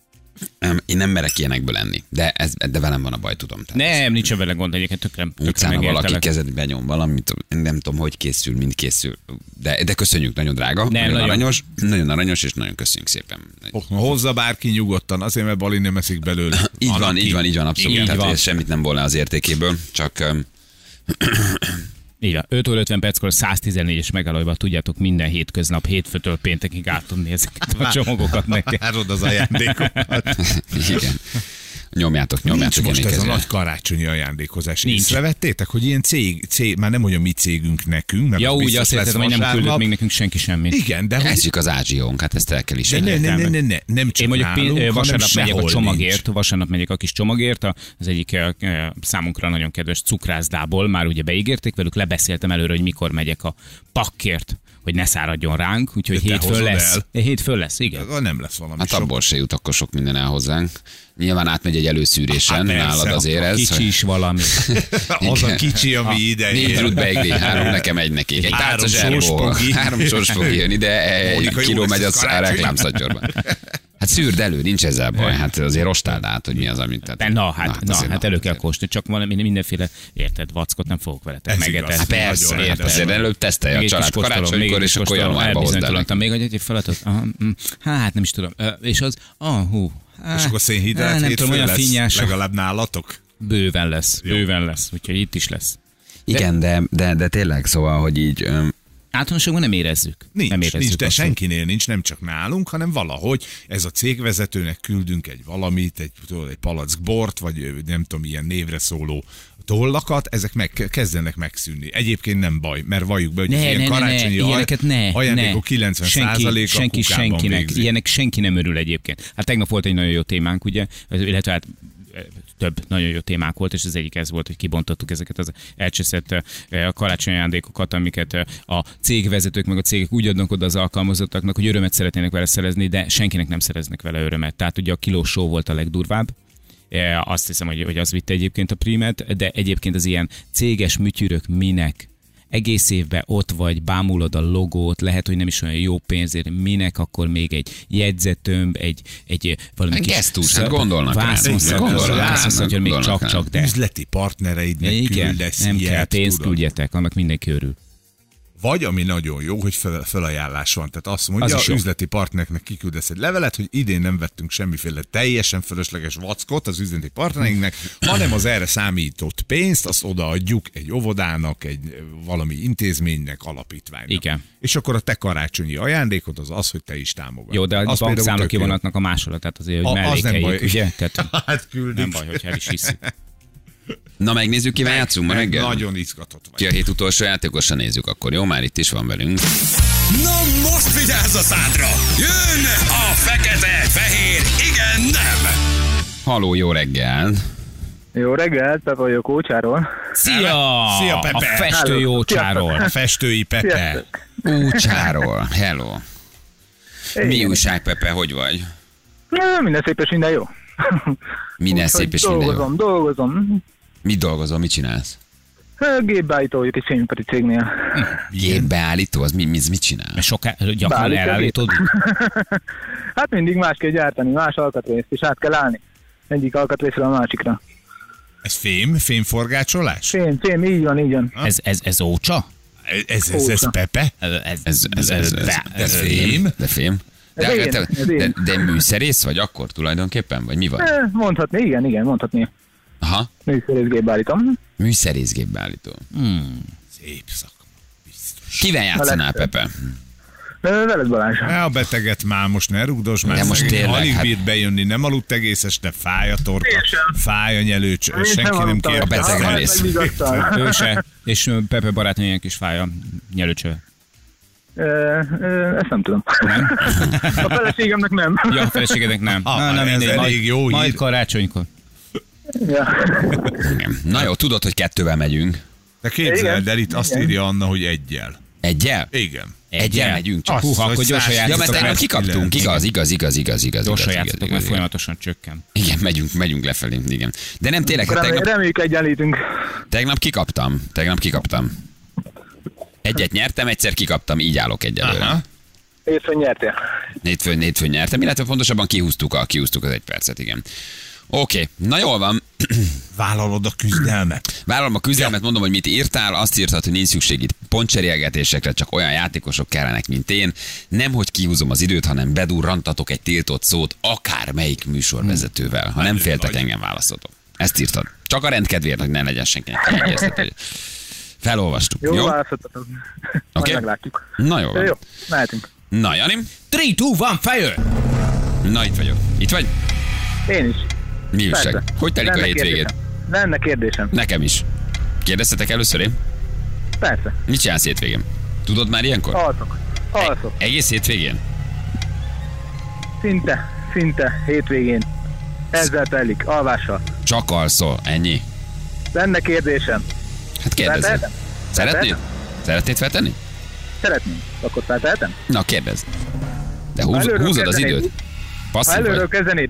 [SPEAKER 2] Nem, Én nem merek ilyenekből lenni, de, ez, de velem van a baj, tudom. Tehát
[SPEAKER 3] Nem, nincs vele gond, egyébként tökre, tökre
[SPEAKER 2] Utcán, ha valaki
[SPEAKER 3] megértelek.
[SPEAKER 2] kezed benyom valamit, én nem tudom, hogy készül, mint készül. De, de köszönjük, nagyon drága, nem, nagyon,
[SPEAKER 3] nagyon.
[SPEAKER 2] nagyon, aranyos, nagyon aranyos, és nagyon köszönjük szépen.
[SPEAKER 4] Na, Hozza bárki nyugodtan, azért, mert Bali nem eszik belőle.
[SPEAKER 2] Így
[SPEAKER 4] Annak
[SPEAKER 2] van,
[SPEAKER 4] ki-
[SPEAKER 2] így van, így van, abszolút.
[SPEAKER 3] Így
[SPEAKER 2] Tehát
[SPEAKER 3] van.
[SPEAKER 2] ez semmit nem volna az értékéből, csak um, öm,
[SPEAKER 3] Így van, 5 óra 50 perckor 114-es megalajban tudjátok minden hétköznap, hétfőtől péntekig átadni ezeket a csomagokat nektek.
[SPEAKER 4] Várod az ajándékokat.
[SPEAKER 2] igen. Nyomjátok,
[SPEAKER 4] Nincs
[SPEAKER 2] nyomjátok.
[SPEAKER 4] most
[SPEAKER 2] én
[SPEAKER 4] ez a
[SPEAKER 2] kezdem.
[SPEAKER 4] nagy karácsonyi ajándékozás.
[SPEAKER 3] Nincs.
[SPEAKER 4] Nincs. Észrevettétek, hogy ilyen cég, cég, már nem mondja mi cégünk nekünk, mert
[SPEAKER 3] Ja,
[SPEAKER 4] Hát az
[SPEAKER 3] úgy
[SPEAKER 4] biztos
[SPEAKER 3] azt
[SPEAKER 4] lesz
[SPEAKER 3] értettem, hogy nem
[SPEAKER 4] vasárnap.
[SPEAKER 3] küldött még nekünk senki semmit.
[SPEAKER 4] Igen, de hogy...
[SPEAKER 2] Ezzük az ázsiónk, hát ezt el kell
[SPEAKER 4] De
[SPEAKER 2] ismerni.
[SPEAKER 4] ne, ne, ne, ne, ne, nem csak
[SPEAKER 3] Én mondjuk
[SPEAKER 4] nálunk,
[SPEAKER 3] pén-
[SPEAKER 4] hanem
[SPEAKER 3] vasárnap megyek a
[SPEAKER 4] sehol
[SPEAKER 3] csomagért, vasárnap megyek a kis csomagért, a- az egyik ö, ö, számunkra nagyon kedves cukrászdából, már ugye beígérték velük, lebeszéltem előre, hogy mikor megyek a pakkért, hogy ne száradjon ránk, úgyhogy
[SPEAKER 4] De te
[SPEAKER 3] hétfőn
[SPEAKER 4] hozod
[SPEAKER 3] lesz. Eh,
[SPEAKER 4] el.
[SPEAKER 3] Hétfőn lesz, igen.
[SPEAKER 4] nincs. Nem lesz valami
[SPEAKER 2] Hát
[SPEAKER 4] sok.
[SPEAKER 2] abból se jut akkor sok minden el hozzánk. Nyilván átmegy egy előszűrésen,
[SPEAKER 4] Hát persze,
[SPEAKER 2] nálad azért
[SPEAKER 4] akkor
[SPEAKER 2] ez.
[SPEAKER 3] Kicsi
[SPEAKER 2] hogy-
[SPEAKER 3] is valami.
[SPEAKER 4] Az a kicsi, ami ide
[SPEAKER 2] Négy rút beigli, három nekem, egy nekik. Egy
[SPEAKER 4] Három
[SPEAKER 2] tárca
[SPEAKER 4] sós
[SPEAKER 2] zserbóval.
[SPEAKER 4] fogi.
[SPEAKER 2] Három sós fog jön ide, egy
[SPEAKER 4] Mónika, jó
[SPEAKER 2] kiló
[SPEAKER 4] lesz
[SPEAKER 2] megy
[SPEAKER 4] ez
[SPEAKER 2] az a
[SPEAKER 4] karácsony.
[SPEAKER 2] reklámszatyorban. Hát szűrd elő, nincs ezzel baj. Hát azért rostáld át, hogy mi az, amit...
[SPEAKER 3] De
[SPEAKER 2] Tehát,
[SPEAKER 3] na, hát, na,
[SPEAKER 2] azért
[SPEAKER 3] hát elő kell
[SPEAKER 2] azért.
[SPEAKER 3] kóstolni, csak valami mindenféle, érted, vackot nem fogok veletek
[SPEAKER 4] Ez
[SPEAKER 3] megetetni.
[SPEAKER 4] igaz.
[SPEAKER 2] Hát persze,
[SPEAKER 4] Nagyon
[SPEAKER 2] hát
[SPEAKER 4] rendben
[SPEAKER 2] azért
[SPEAKER 4] van.
[SPEAKER 2] előbb tesztelje a
[SPEAKER 3] Még egy
[SPEAKER 2] család
[SPEAKER 3] kis kóstolom,
[SPEAKER 2] karácsonykor,
[SPEAKER 3] még egy
[SPEAKER 2] és
[SPEAKER 3] kis
[SPEAKER 2] akkor
[SPEAKER 3] kóstolom.
[SPEAKER 2] januárban hozd el.
[SPEAKER 3] Elbizonytalantam. Még egy- egy feladatot. Aha, mm, Hát nem is tudom. Ö, És az, ah, hú.
[SPEAKER 4] És
[SPEAKER 3] Ah,
[SPEAKER 4] akkor szénhidrát
[SPEAKER 3] ah,
[SPEAKER 4] hát,
[SPEAKER 3] Nem
[SPEAKER 4] hétfőn
[SPEAKER 3] tudom, olyan
[SPEAKER 4] lesz,
[SPEAKER 3] finnyás.
[SPEAKER 4] legalább nálatok.
[SPEAKER 3] Bőven lesz, bőven lesz, úgyhogy itt is lesz.
[SPEAKER 2] Igen, de, de, de tényleg, szóval, hogy így... öm,
[SPEAKER 3] Általánosságban nem érezzük.
[SPEAKER 4] Nincs,
[SPEAKER 3] nem érezzük
[SPEAKER 4] nincs de
[SPEAKER 3] azt, hogy-
[SPEAKER 4] senkinél nincs, nem csak nálunk, hanem valahogy ez a cégvezetőnek küldünk egy valamit, egy, tudod, egy palack bort, vagy ö, nem tudom, ilyen névre szóló tollakat, ezek meg, kezdenek megszűnni. Egyébként nem baj, mert valljuk be, hogy az
[SPEAKER 3] Ne,
[SPEAKER 4] ilyen
[SPEAKER 3] ne, ne, ne,
[SPEAKER 4] karácsonyi
[SPEAKER 3] ilyeneket ne, ne.
[SPEAKER 4] ajándékok 90
[SPEAKER 3] senki,
[SPEAKER 4] a
[SPEAKER 3] senki
[SPEAKER 4] kukában
[SPEAKER 3] senkinek,
[SPEAKER 4] végzi.
[SPEAKER 3] ilyenek senki nem örül egyébként. Hát tegnap volt egy nagyon jó témánk, ugye, illetve hát eh, több nagyon jó témánk volt, és az egyik ez volt, hogy kibontottuk ezeket az elcseszett eh, karácsonyi ajándékokat, amiket eh, a cégvezetők meg a cégek úgy adnak oda az alkalmazottaknak, hogy örömet szeretnének vele szerezni, de senkinek nem szereznek vele örömet. Tehát ugye a kilósó volt a legdurvább, Eh, azt hiszem, hogy, hogy az vitte egyébként a primet, de egyébként az ilyen céges műtyűrök minek? Egész évben ott vagy, bámulod a logót, lehet, hogy nem is olyan jó pénzért, minek akkor még egy jegyzetömb, egy, egy valami
[SPEAKER 2] Egy
[SPEAKER 3] kis
[SPEAKER 2] gesztus,
[SPEAKER 3] szab-
[SPEAKER 2] hát gondolnak rá.
[SPEAKER 3] vászonszab-
[SPEAKER 4] Gondolnak rá,
[SPEAKER 3] vászonszab- hogy még
[SPEAKER 2] gondolnak rá.
[SPEAKER 3] csak-csak, de
[SPEAKER 4] Üzleti partnereidnek
[SPEAKER 3] igen,
[SPEAKER 4] küldesz
[SPEAKER 3] nem
[SPEAKER 4] ilyet,
[SPEAKER 3] kell pénzt
[SPEAKER 4] tudod.
[SPEAKER 3] küldjetek, annak mindenki örül.
[SPEAKER 4] Vagy ami nagyon jó, hogy fel, felajánlás van. Tehát azt mondja,
[SPEAKER 3] Az
[SPEAKER 4] az,
[SPEAKER 3] is
[SPEAKER 4] az
[SPEAKER 3] jó.
[SPEAKER 4] üzleti partnernek kiküldesz egy levelet, hogy idén nem vettünk semmiféle teljesen fölösleges vackot az üzleti partnerinknek, hanem az erre számított pénzt, azt odaadjuk egy óvodának, egy ö, valami intézménynek, alapítványnak.
[SPEAKER 3] Igen.
[SPEAKER 4] És akkor a te karácsonyi ajándékod az az, hogy te is támogatod.
[SPEAKER 3] Jó, de a
[SPEAKER 4] Az például
[SPEAKER 3] bankszámla
[SPEAKER 4] tök jó.
[SPEAKER 3] kivonatnak a másolatát azért,
[SPEAKER 4] A-
[SPEAKER 3] hogy
[SPEAKER 4] az nem baj.
[SPEAKER 3] mellékeljük, ugye? Tehát
[SPEAKER 4] Hát küldik.
[SPEAKER 3] nem baj, hogyha el is hiszik.
[SPEAKER 2] Na megnézzük, kivel játszunk ma
[SPEAKER 4] Meg
[SPEAKER 2] reggel?
[SPEAKER 4] Nagyon izgatott vagy.
[SPEAKER 2] Ki a hét utolsó játékosan nézzük, akkor jó, már itt is van velünk.
[SPEAKER 1] Na most vigyázz a szádra! Jön a fekete, fehér, igen, nem!
[SPEAKER 2] Haló, jó reggel!
[SPEAKER 6] Jó reggel, Pepe vagyok Ócsáról.
[SPEAKER 3] Szia!
[SPEAKER 4] Szia,
[SPEAKER 3] A
[SPEAKER 4] Pepe!
[SPEAKER 3] festő
[SPEAKER 6] Hello.
[SPEAKER 3] jócsáról.
[SPEAKER 4] A festői Pepe.
[SPEAKER 6] Sziasztok.
[SPEAKER 2] Úcsáról, hello! Mi újság, Pepe, hogy vagy?
[SPEAKER 6] Ö, Minden szép és minden jó.
[SPEAKER 2] Minden
[SPEAKER 6] Úgyhogy
[SPEAKER 2] szép és minden jó.
[SPEAKER 6] Dolgozom, dolgozom.
[SPEAKER 2] Mit dolgozol, mit csinálsz?
[SPEAKER 6] Ö, Gépbeállító vagyok egy fényipari cégnél.
[SPEAKER 2] Mhm. Gépbeállító, az mi, mi, mit csinál?
[SPEAKER 3] Mert soká, gyakran
[SPEAKER 6] Bálik
[SPEAKER 3] elállítod.
[SPEAKER 6] Hát mindig más kell gyártani, más alkatrészt, és át kell állni. Egyik alkatrészre a másikra.
[SPEAKER 4] Ez fém? Fémforgácsolás?
[SPEAKER 6] Fém, fém, így van, így van.
[SPEAKER 3] Ez, ez, ez ócsa?
[SPEAKER 4] Ez, ez, ez
[SPEAKER 6] Ócsa.
[SPEAKER 4] Pepe?
[SPEAKER 3] Ez,
[SPEAKER 2] Ez, ez, ez, ez, ez fém, de fém. De,
[SPEAKER 6] Ez én,
[SPEAKER 2] de,
[SPEAKER 6] ez
[SPEAKER 2] de,
[SPEAKER 6] én.
[SPEAKER 2] de műszerész vagy akkor tulajdonképpen, vagy mi vagy?
[SPEAKER 6] Ö, Mondhatni, igen, igen, mondhatni.
[SPEAKER 2] Aha,
[SPEAKER 6] Műszerész gépbeállítom.
[SPEAKER 2] műszerész gépbeállító.
[SPEAKER 4] Szép szakma. Biztos.
[SPEAKER 2] Kivel játszanál, Pepe?
[SPEAKER 6] Ö, Veled Balázs.
[SPEAKER 4] Ne a beteget már most ne rugdos,
[SPEAKER 2] De
[SPEAKER 4] már
[SPEAKER 2] most
[SPEAKER 4] szegény.
[SPEAKER 2] tényleg,
[SPEAKER 4] alig
[SPEAKER 2] hát-
[SPEAKER 4] bírt bejönni, nem aludt egész este, fáj a torka,
[SPEAKER 6] Én sem.
[SPEAKER 4] fáj a nyelőcs, senki nem
[SPEAKER 6] aludtam.
[SPEAKER 4] kér.
[SPEAKER 2] A beteg nem ész.
[SPEAKER 6] Megnyugodtam.
[SPEAKER 3] Ő se. És ö, Pepe barátnőjének is fáj a nyelőcső.
[SPEAKER 6] Ö, ö, Ezt nem tudom. A feleségemnek nem.
[SPEAKER 3] Ja, a feleségednek nem.
[SPEAKER 4] Ah,
[SPEAKER 3] Na, nem
[SPEAKER 4] ez
[SPEAKER 3] mindegy,
[SPEAKER 4] elég
[SPEAKER 3] majd,
[SPEAKER 4] jó hír.
[SPEAKER 3] majd karácsonykor.
[SPEAKER 6] Ja.
[SPEAKER 2] Na jó, tudod, hogy kettővel megyünk.
[SPEAKER 4] De képzeld
[SPEAKER 6] Igen.
[SPEAKER 4] el, itt azt
[SPEAKER 6] Igen.
[SPEAKER 4] írja Anna, hogy egyel.
[SPEAKER 2] Egyel?
[SPEAKER 4] Igen.
[SPEAKER 2] Egyel megyünk csak.
[SPEAKER 3] Húha,
[SPEAKER 4] hogy
[SPEAKER 3] akkor gyorsan
[SPEAKER 4] száz-
[SPEAKER 2] Ja,
[SPEAKER 3] játszatok
[SPEAKER 2] mert
[SPEAKER 4] Szóval
[SPEAKER 2] tegnap
[SPEAKER 4] ez
[SPEAKER 3] meg.
[SPEAKER 2] kikaptunk, igaz,
[SPEAKER 4] kilenc.
[SPEAKER 2] igaz, igaz, igaz, igaz.
[SPEAKER 3] Gyorsan
[SPEAKER 2] igaz,
[SPEAKER 3] játszatok
[SPEAKER 2] igaz,
[SPEAKER 3] meg,
[SPEAKER 2] igaz, igaz.
[SPEAKER 3] folyamatosan csökken.
[SPEAKER 2] Igen, megyünk, megyünk lefelé, igen. De nem tényleg, hát
[SPEAKER 6] Remé-
[SPEAKER 2] tegnap,
[SPEAKER 6] reméljük egyenlítünk.
[SPEAKER 2] tegnap kikaptam, tegnap kikaptam. Egyet nyertem, egyszer kikaptam, így állok egyelőre.
[SPEAKER 6] Hétfőn nyertél.
[SPEAKER 2] Hétfőn, hétfőn nyertem, illetve pontosabban kihúztuk, a, kihúztuk az egy percet, igen. Oké, okay. na jól van.
[SPEAKER 4] Vállalod a küzdelmet.
[SPEAKER 2] Vállalom a küzdelmet, mondom, hogy mit írtál. Azt írtad, hogy nincs szükség itt pontcserélgetésekre, csak olyan játékosok kellenek, mint én. Nem, hogy kihúzom az időt, hanem bedurrantatok egy tiltott szót akármelyik műsorvezetővel, ha nem féltek, engem választotok. Ezt írtad. Csak a rendkedvéért, hogy ne legyen senkinek kiegyeztető. Felolvastuk.
[SPEAKER 6] Jó,
[SPEAKER 2] Jó?
[SPEAKER 6] Jó.
[SPEAKER 2] Oké.
[SPEAKER 6] választottatok. Majd meglátjuk.
[SPEAKER 2] Na jó.
[SPEAKER 6] Jó,
[SPEAKER 2] Van.
[SPEAKER 6] mehetünk.
[SPEAKER 2] Na, Jani.
[SPEAKER 5] 3, 2, 1,
[SPEAKER 4] Hát
[SPEAKER 5] fire!
[SPEAKER 2] Na, itt vagyok. Itt vagy?
[SPEAKER 6] Én is.
[SPEAKER 2] Mi
[SPEAKER 6] Persze.
[SPEAKER 2] újság? Hogy telik a
[SPEAKER 6] Lenne
[SPEAKER 2] hétvégét?
[SPEAKER 6] kérdésem. Lenne kérdésem.
[SPEAKER 2] Nekem is. Kérdeztetek először én?
[SPEAKER 6] Persze.
[SPEAKER 2] Mit csinálsz hétvégén? Tudod már ilyenkor?
[SPEAKER 6] Alszok. Alszok.
[SPEAKER 2] Egész hétvégén?
[SPEAKER 6] Szinte, szinte hétvégén. Ezzel telik, alvással.
[SPEAKER 2] Csak alszol, ennyi.
[SPEAKER 6] Lenne kérdésem.
[SPEAKER 2] Hát kérdezz.
[SPEAKER 6] Feltehetem?
[SPEAKER 2] Szeretnéd?
[SPEAKER 6] Feltehetem?
[SPEAKER 2] Szeretnéd feltenni?
[SPEAKER 6] Szeretném. Akkor feltehetem?
[SPEAKER 2] Na, kérdezz. De húz,
[SPEAKER 6] előről
[SPEAKER 2] húzod az
[SPEAKER 6] kezdenéd?
[SPEAKER 2] időt.
[SPEAKER 6] Ha
[SPEAKER 2] Passzív
[SPEAKER 6] előről
[SPEAKER 2] vagy.
[SPEAKER 6] kezdenéd?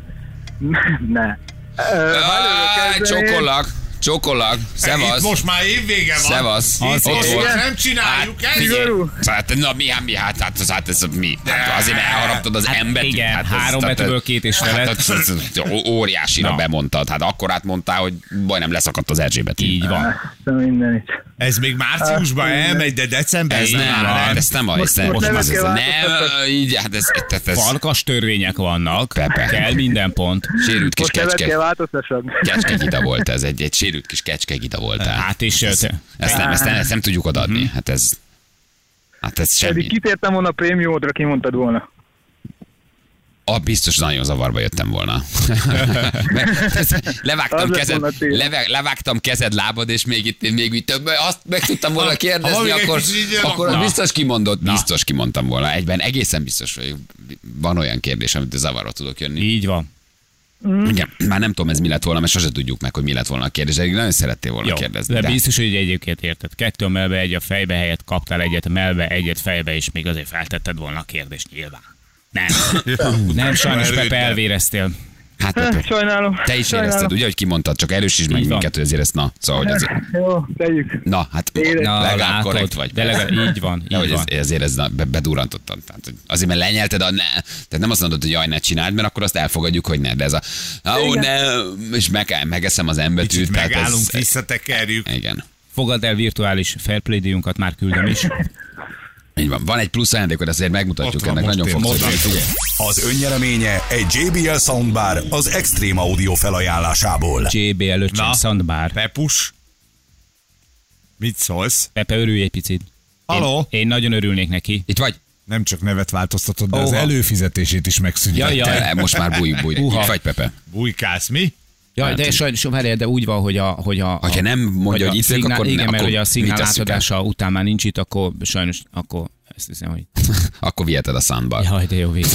[SPEAKER 6] ne. Ö, ha
[SPEAKER 2] Áj,
[SPEAKER 6] előről kezdenéd-
[SPEAKER 2] Csokollak, csokollak,
[SPEAKER 4] Itt
[SPEAKER 2] szevasz.
[SPEAKER 4] most már évvége van.
[SPEAKER 2] Szevasz.
[SPEAKER 4] Itt
[SPEAKER 2] Ott
[SPEAKER 4] most
[SPEAKER 2] volt.
[SPEAKER 4] már nem csináljuk
[SPEAKER 2] Hát,
[SPEAKER 4] ezt.
[SPEAKER 2] figyelj.
[SPEAKER 6] Szigorú?
[SPEAKER 2] Hát, na mi, hát mi, hát, hát, az, hát ez mi? Hát azért mert elharaptad az Hát, embert.
[SPEAKER 3] igen,
[SPEAKER 4] Hát
[SPEAKER 3] három betűből két és felett.
[SPEAKER 2] Hát, az- az- az- ó- óriásira
[SPEAKER 3] Na.
[SPEAKER 2] bemondtad. Hát akkorát mondtál, hogy baj nem leszakadt az Erzsébet.
[SPEAKER 3] Így van.
[SPEAKER 6] Azt a mindenit.
[SPEAKER 4] Ez még márciusban elmegy, de
[SPEAKER 2] Ez
[SPEAKER 4] decemberben
[SPEAKER 2] nem,
[SPEAKER 4] már
[SPEAKER 2] nem, ez nem, a- ez nem,
[SPEAKER 6] most
[SPEAKER 2] ez- ez-
[SPEAKER 6] nevet kell
[SPEAKER 2] nem, így, hát ez, ez, ez, ez
[SPEAKER 3] Farkas törvények vannak,
[SPEAKER 2] Pepe.
[SPEAKER 3] kell minden pont.
[SPEAKER 2] sérült kis
[SPEAKER 6] Most nevet kell
[SPEAKER 2] kecske.
[SPEAKER 6] változtassak.
[SPEAKER 2] Kecskegida volt ez, egy, egy sérült kis kecskegida voltál.
[SPEAKER 3] Hát és
[SPEAKER 2] ez,
[SPEAKER 3] te-
[SPEAKER 2] ezt, nem, ezt, nem, ezt nem tudjuk
[SPEAKER 4] Mhm.
[SPEAKER 2] odaadni. Hát ez, hát ez semmi.
[SPEAKER 6] Pedig kitértem volna a prémiódra, kimondtad volna.
[SPEAKER 2] A biztos nagyon zavarba jöttem volna. levágtam,
[SPEAKER 6] Az lett
[SPEAKER 2] kezed,
[SPEAKER 6] volna téma.
[SPEAKER 2] leve, levágtam kezed, lábad, és még itt még itt több, azt meg tudtam volna
[SPEAKER 4] ha
[SPEAKER 2] kérdezni,
[SPEAKER 4] még egy
[SPEAKER 2] akkor,
[SPEAKER 4] kicsit így
[SPEAKER 2] akkor
[SPEAKER 4] alakul.
[SPEAKER 2] biztos kimondott, biztos kimondtam volna. Egyben egészen biztos, hogy van olyan kérdés, amit zavarba tudok jönni.
[SPEAKER 3] Így van.
[SPEAKER 4] Mhm.
[SPEAKER 2] Igen, már nem tudom ez mi lett volna, mert sose tudjuk meg, hogy mi lett volna a kérdés. Eddig nagyon szerettél volna
[SPEAKER 3] Jó,
[SPEAKER 2] kérdezni.
[SPEAKER 3] de
[SPEAKER 2] de-
[SPEAKER 3] biztos, hogy egyébként érted. Kettő a melbe, egy a fejbe helyett kaptál egyet a melbe, egyet fejbe, és még azért feltetted volna a kérdést nyilván. Nem. Nem, sajnos Pepe elvéreztél.
[SPEAKER 2] Hát Pepe,
[SPEAKER 6] Sajnálom.
[SPEAKER 2] te is
[SPEAKER 6] sajnálom.
[SPEAKER 2] érezted, ugye, hogy kimondtad, csak erősítsd meg
[SPEAKER 3] Így van.
[SPEAKER 2] minket, hogy ezért ezt, na, szóval, hogy azért,
[SPEAKER 6] Jó, tegyük.
[SPEAKER 2] na, hát
[SPEAKER 6] Érez-
[SPEAKER 2] na, legalább
[SPEAKER 3] látod,
[SPEAKER 2] korrekt vagy.
[SPEAKER 3] De legalább, így van,
[SPEAKER 2] De,
[SPEAKER 3] így
[SPEAKER 2] hogy
[SPEAKER 3] van.
[SPEAKER 2] ez, ezért ez na, be, bedurrantottad. Tehát, hogy azért, mert lenyelted, a ne, tehát nem azt mondod, hogy jaj, ne csináld, mert akkor azt elfogadjuk, hogy ne. De ez a, ó, ne, és meg, megeszem az embetűt.
[SPEAKER 4] Kicsit
[SPEAKER 2] tehát hát ez-
[SPEAKER 4] megállunk, visszatekerjük.
[SPEAKER 2] Igen.
[SPEAKER 3] Fogad el virtuális fairplay-díjunkat, már küldöm is.
[SPEAKER 2] Így van. Van egy plusz ajándékod, azért megmutatjuk
[SPEAKER 4] Ott van,
[SPEAKER 2] ennek.
[SPEAKER 4] most
[SPEAKER 2] Nagyon
[SPEAKER 4] ér-
[SPEAKER 2] fogsz
[SPEAKER 4] most
[SPEAKER 2] örülni.
[SPEAKER 4] ér-
[SPEAKER 2] Figyelj.
[SPEAKER 7] Az önnyereménye egy JBL Soundbar az Extreme Audio felajánlásából.
[SPEAKER 3] JB előtt sem
[SPEAKER 4] Na.
[SPEAKER 3] szandbár.
[SPEAKER 4] Repus. Mit szólsz?
[SPEAKER 3] Pepe, örülj egy picit.
[SPEAKER 4] Haló?
[SPEAKER 3] Én, én nagyon örülnék neki.
[SPEAKER 2] Itt vagy?
[SPEAKER 4] Nem csak nevet változtatod, de az
[SPEAKER 3] Óha.
[SPEAKER 4] előfizetését is megszüntette.
[SPEAKER 3] Jaj, jaj.
[SPEAKER 2] Te, most már búj, búj.
[SPEAKER 3] Uha.
[SPEAKER 2] Itt vagy, Pepe?
[SPEAKER 4] Bujkász, mi?
[SPEAKER 3] Jaj,
[SPEAKER 2] Nem
[SPEAKER 3] de
[SPEAKER 2] tudom.
[SPEAKER 3] sajnos, várjál, de úgy van, hogy a... Hogy a
[SPEAKER 2] Hogyha nem mondja,
[SPEAKER 3] hogy a
[SPEAKER 2] hogy itt vagyok,
[SPEAKER 3] szignál,
[SPEAKER 2] akkor ne,
[SPEAKER 3] Igen, mert
[SPEAKER 2] akkor
[SPEAKER 3] ugye a szignál
[SPEAKER 2] mit tesszük el?
[SPEAKER 3] átadása után már nincs itt, akkor sajnos, akkor ezt hiszem, hogy...
[SPEAKER 2] Akkor viheted a számba.
[SPEAKER 3] Jaj, de jó végig.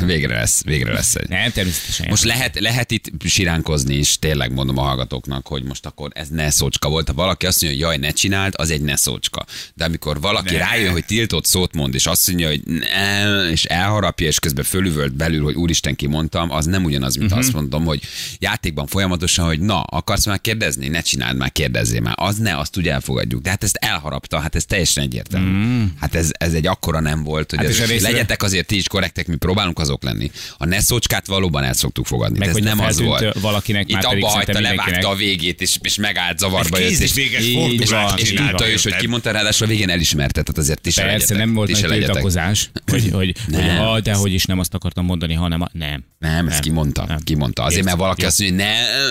[SPEAKER 2] végre lesz, végre lesz. egy.
[SPEAKER 3] Nem, természetesen.
[SPEAKER 2] Most lehet, lehet itt siránkozni is, tényleg mondom a hallgatóknak, hogy most akkor ez ne szócska volt. Ha valaki azt mondja, hogy jaj, ne csináld, az egy ne szócska. De amikor valaki ne. rájön, hogy tiltott szót mond, és azt mondja, hogy ne, és elharapja, és közben fölüvölt belül, hogy úristen ki mondtam, az nem ugyanaz, mint
[SPEAKER 3] Mhm.
[SPEAKER 2] uh-huh. azt mondom, hogy játékban folyamatosan, hogy na, akarsz már kérdezni? Ne csináld már, kérdezzél már. Az ne, azt úgy elfogadjuk. De hát ezt elharapta, hát ez teljesen egyértelmű. Mm. Hát ez, ez egy akkora nem volt, hogy
[SPEAKER 3] Mhm.
[SPEAKER 2] hát
[SPEAKER 3] Hát és a
[SPEAKER 2] ez,
[SPEAKER 3] részről-
[SPEAKER 2] legyetek azért ti is korrektek, mi próbálunk azok lenni. A ne szócskát valóban el szoktuk fogadni.
[SPEAKER 3] Meg
[SPEAKER 2] de ez
[SPEAKER 3] hogyha
[SPEAKER 2] nem az
[SPEAKER 3] feltűnt,
[SPEAKER 2] volt.
[SPEAKER 3] ö, valakinek
[SPEAKER 2] Itt
[SPEAKER 3] már pedig
[SPEAKER 2] abba
[SPEAKER 3] szerintem
[SPEAKER 2] hagyta,
[SPEAKER 3] mindenkinek.
[SPEAKER 2] levágta a végét, és, és megállt zavarba
[SPEAKER 4] Egy
[SPEAKER 2] jött. És,
[SPEAKER 4] kéziféges
[SPEAKER 2] Így
[SPEAKER 4] fordulást
[SPEAKER 2] van, és
[SPEAKER 4] csinálta,
[SPEAKER 2] tudta is, hogy
[SPEAKER 4] érted?
[SPEAKER 2] kimondta, ráadásul a végén elismerte, tehát azért ti se
[SPEAKER 3] Persze,
[SPEAKER 2] legyetek.
[SPEAKER 3] nem volt
[SPEAKER 2] ti se
[SPEAKER 3] nagy
[SPEAKER 2] legyetek.
[SPEAKER 3] tiltakozás, hogy, hogy, hogy
[SPEAKER 2] Nem.
[SPEAKER 3] ha, de hogy is nem azt akartam mondani, hanem a, nem.
[SPEAKER 2] Nem, ezt kimondta,
[SPEAKER 3] nem.
[SPEAKER 2] kimondta. Azért,
[SPEAKER 3] Értem.
[SPEAKER 2] mert valaki
[SPEAKER 3] Jó.
[SPEAKER 2] azt mondja, hogy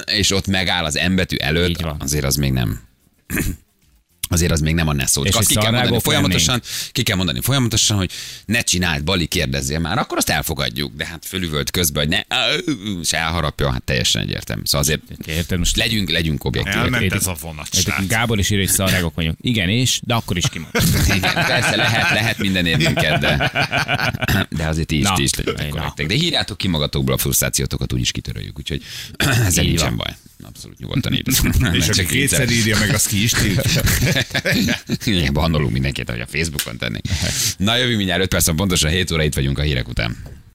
[SPEAKER 2] ne, és ott megáll az embetű előtt,
[SPEAKER 3] Így van.
[SPEAKER 2] azért az még nem. Azért az még nem a ne szó.
[SPEAKER 3] És
[SPEAKER 2] Csak azt
[SPEAKER 3] egy
[SPEAKER 2] ki kell mondani
[SPEAKER 3] szarrágok
[SPEAKER 2] folyamatosan, ki kell mondani folyamatosan, hogy ne csináld, Bali, kérdezzél már, akkor azt elfogadjuk. De hát fölüvölt közben, hogy ne, és elharapja, hát teljesen egyértelmű. Szóval azért
[SPEAKER 3] Érted? Most
[SPEAKER 2] legyünk, legyünk objektívek.
[SPEAKER 4] Elment
[SPEAKER 3] értik.
[SPEAKER 4] ez a vonat, srác.
[SPEAKER 3] Egyébként Gábor is írja, hogy szarrágok vagyunk. Igen, és? De akkor is kimondtam.
[SPEAKER 2] Igen, persze lehet, lehet minden érvünket, de, de azért ti is,
[SPEAKER 3] Na.
[SPEAKER 2] ti is legyetek
[SPEAKER 3] Na.
[SPEAKER 2] korrektek. De hírjátok ki magatokból a frusztrációtokat, úgyis kitöröljük, úgyhogy ezzel
[SPEAKER 3] Így
[SPEAKER 2] nincsen
[SPEAKER 3] van.
[SPEAKER 2] baj. Abszolút nyugodtan írjatok.
[SPEAKER 4] És aki kétszer írja meg, az ki is tiltja.
[SPEAKER 2] Igen, bannolunk mindenkit, hogy a Facebookon tennénk. Na, jövő mindjárt 5 perc, pontosan 7 óra itt vagyunk a hírek után.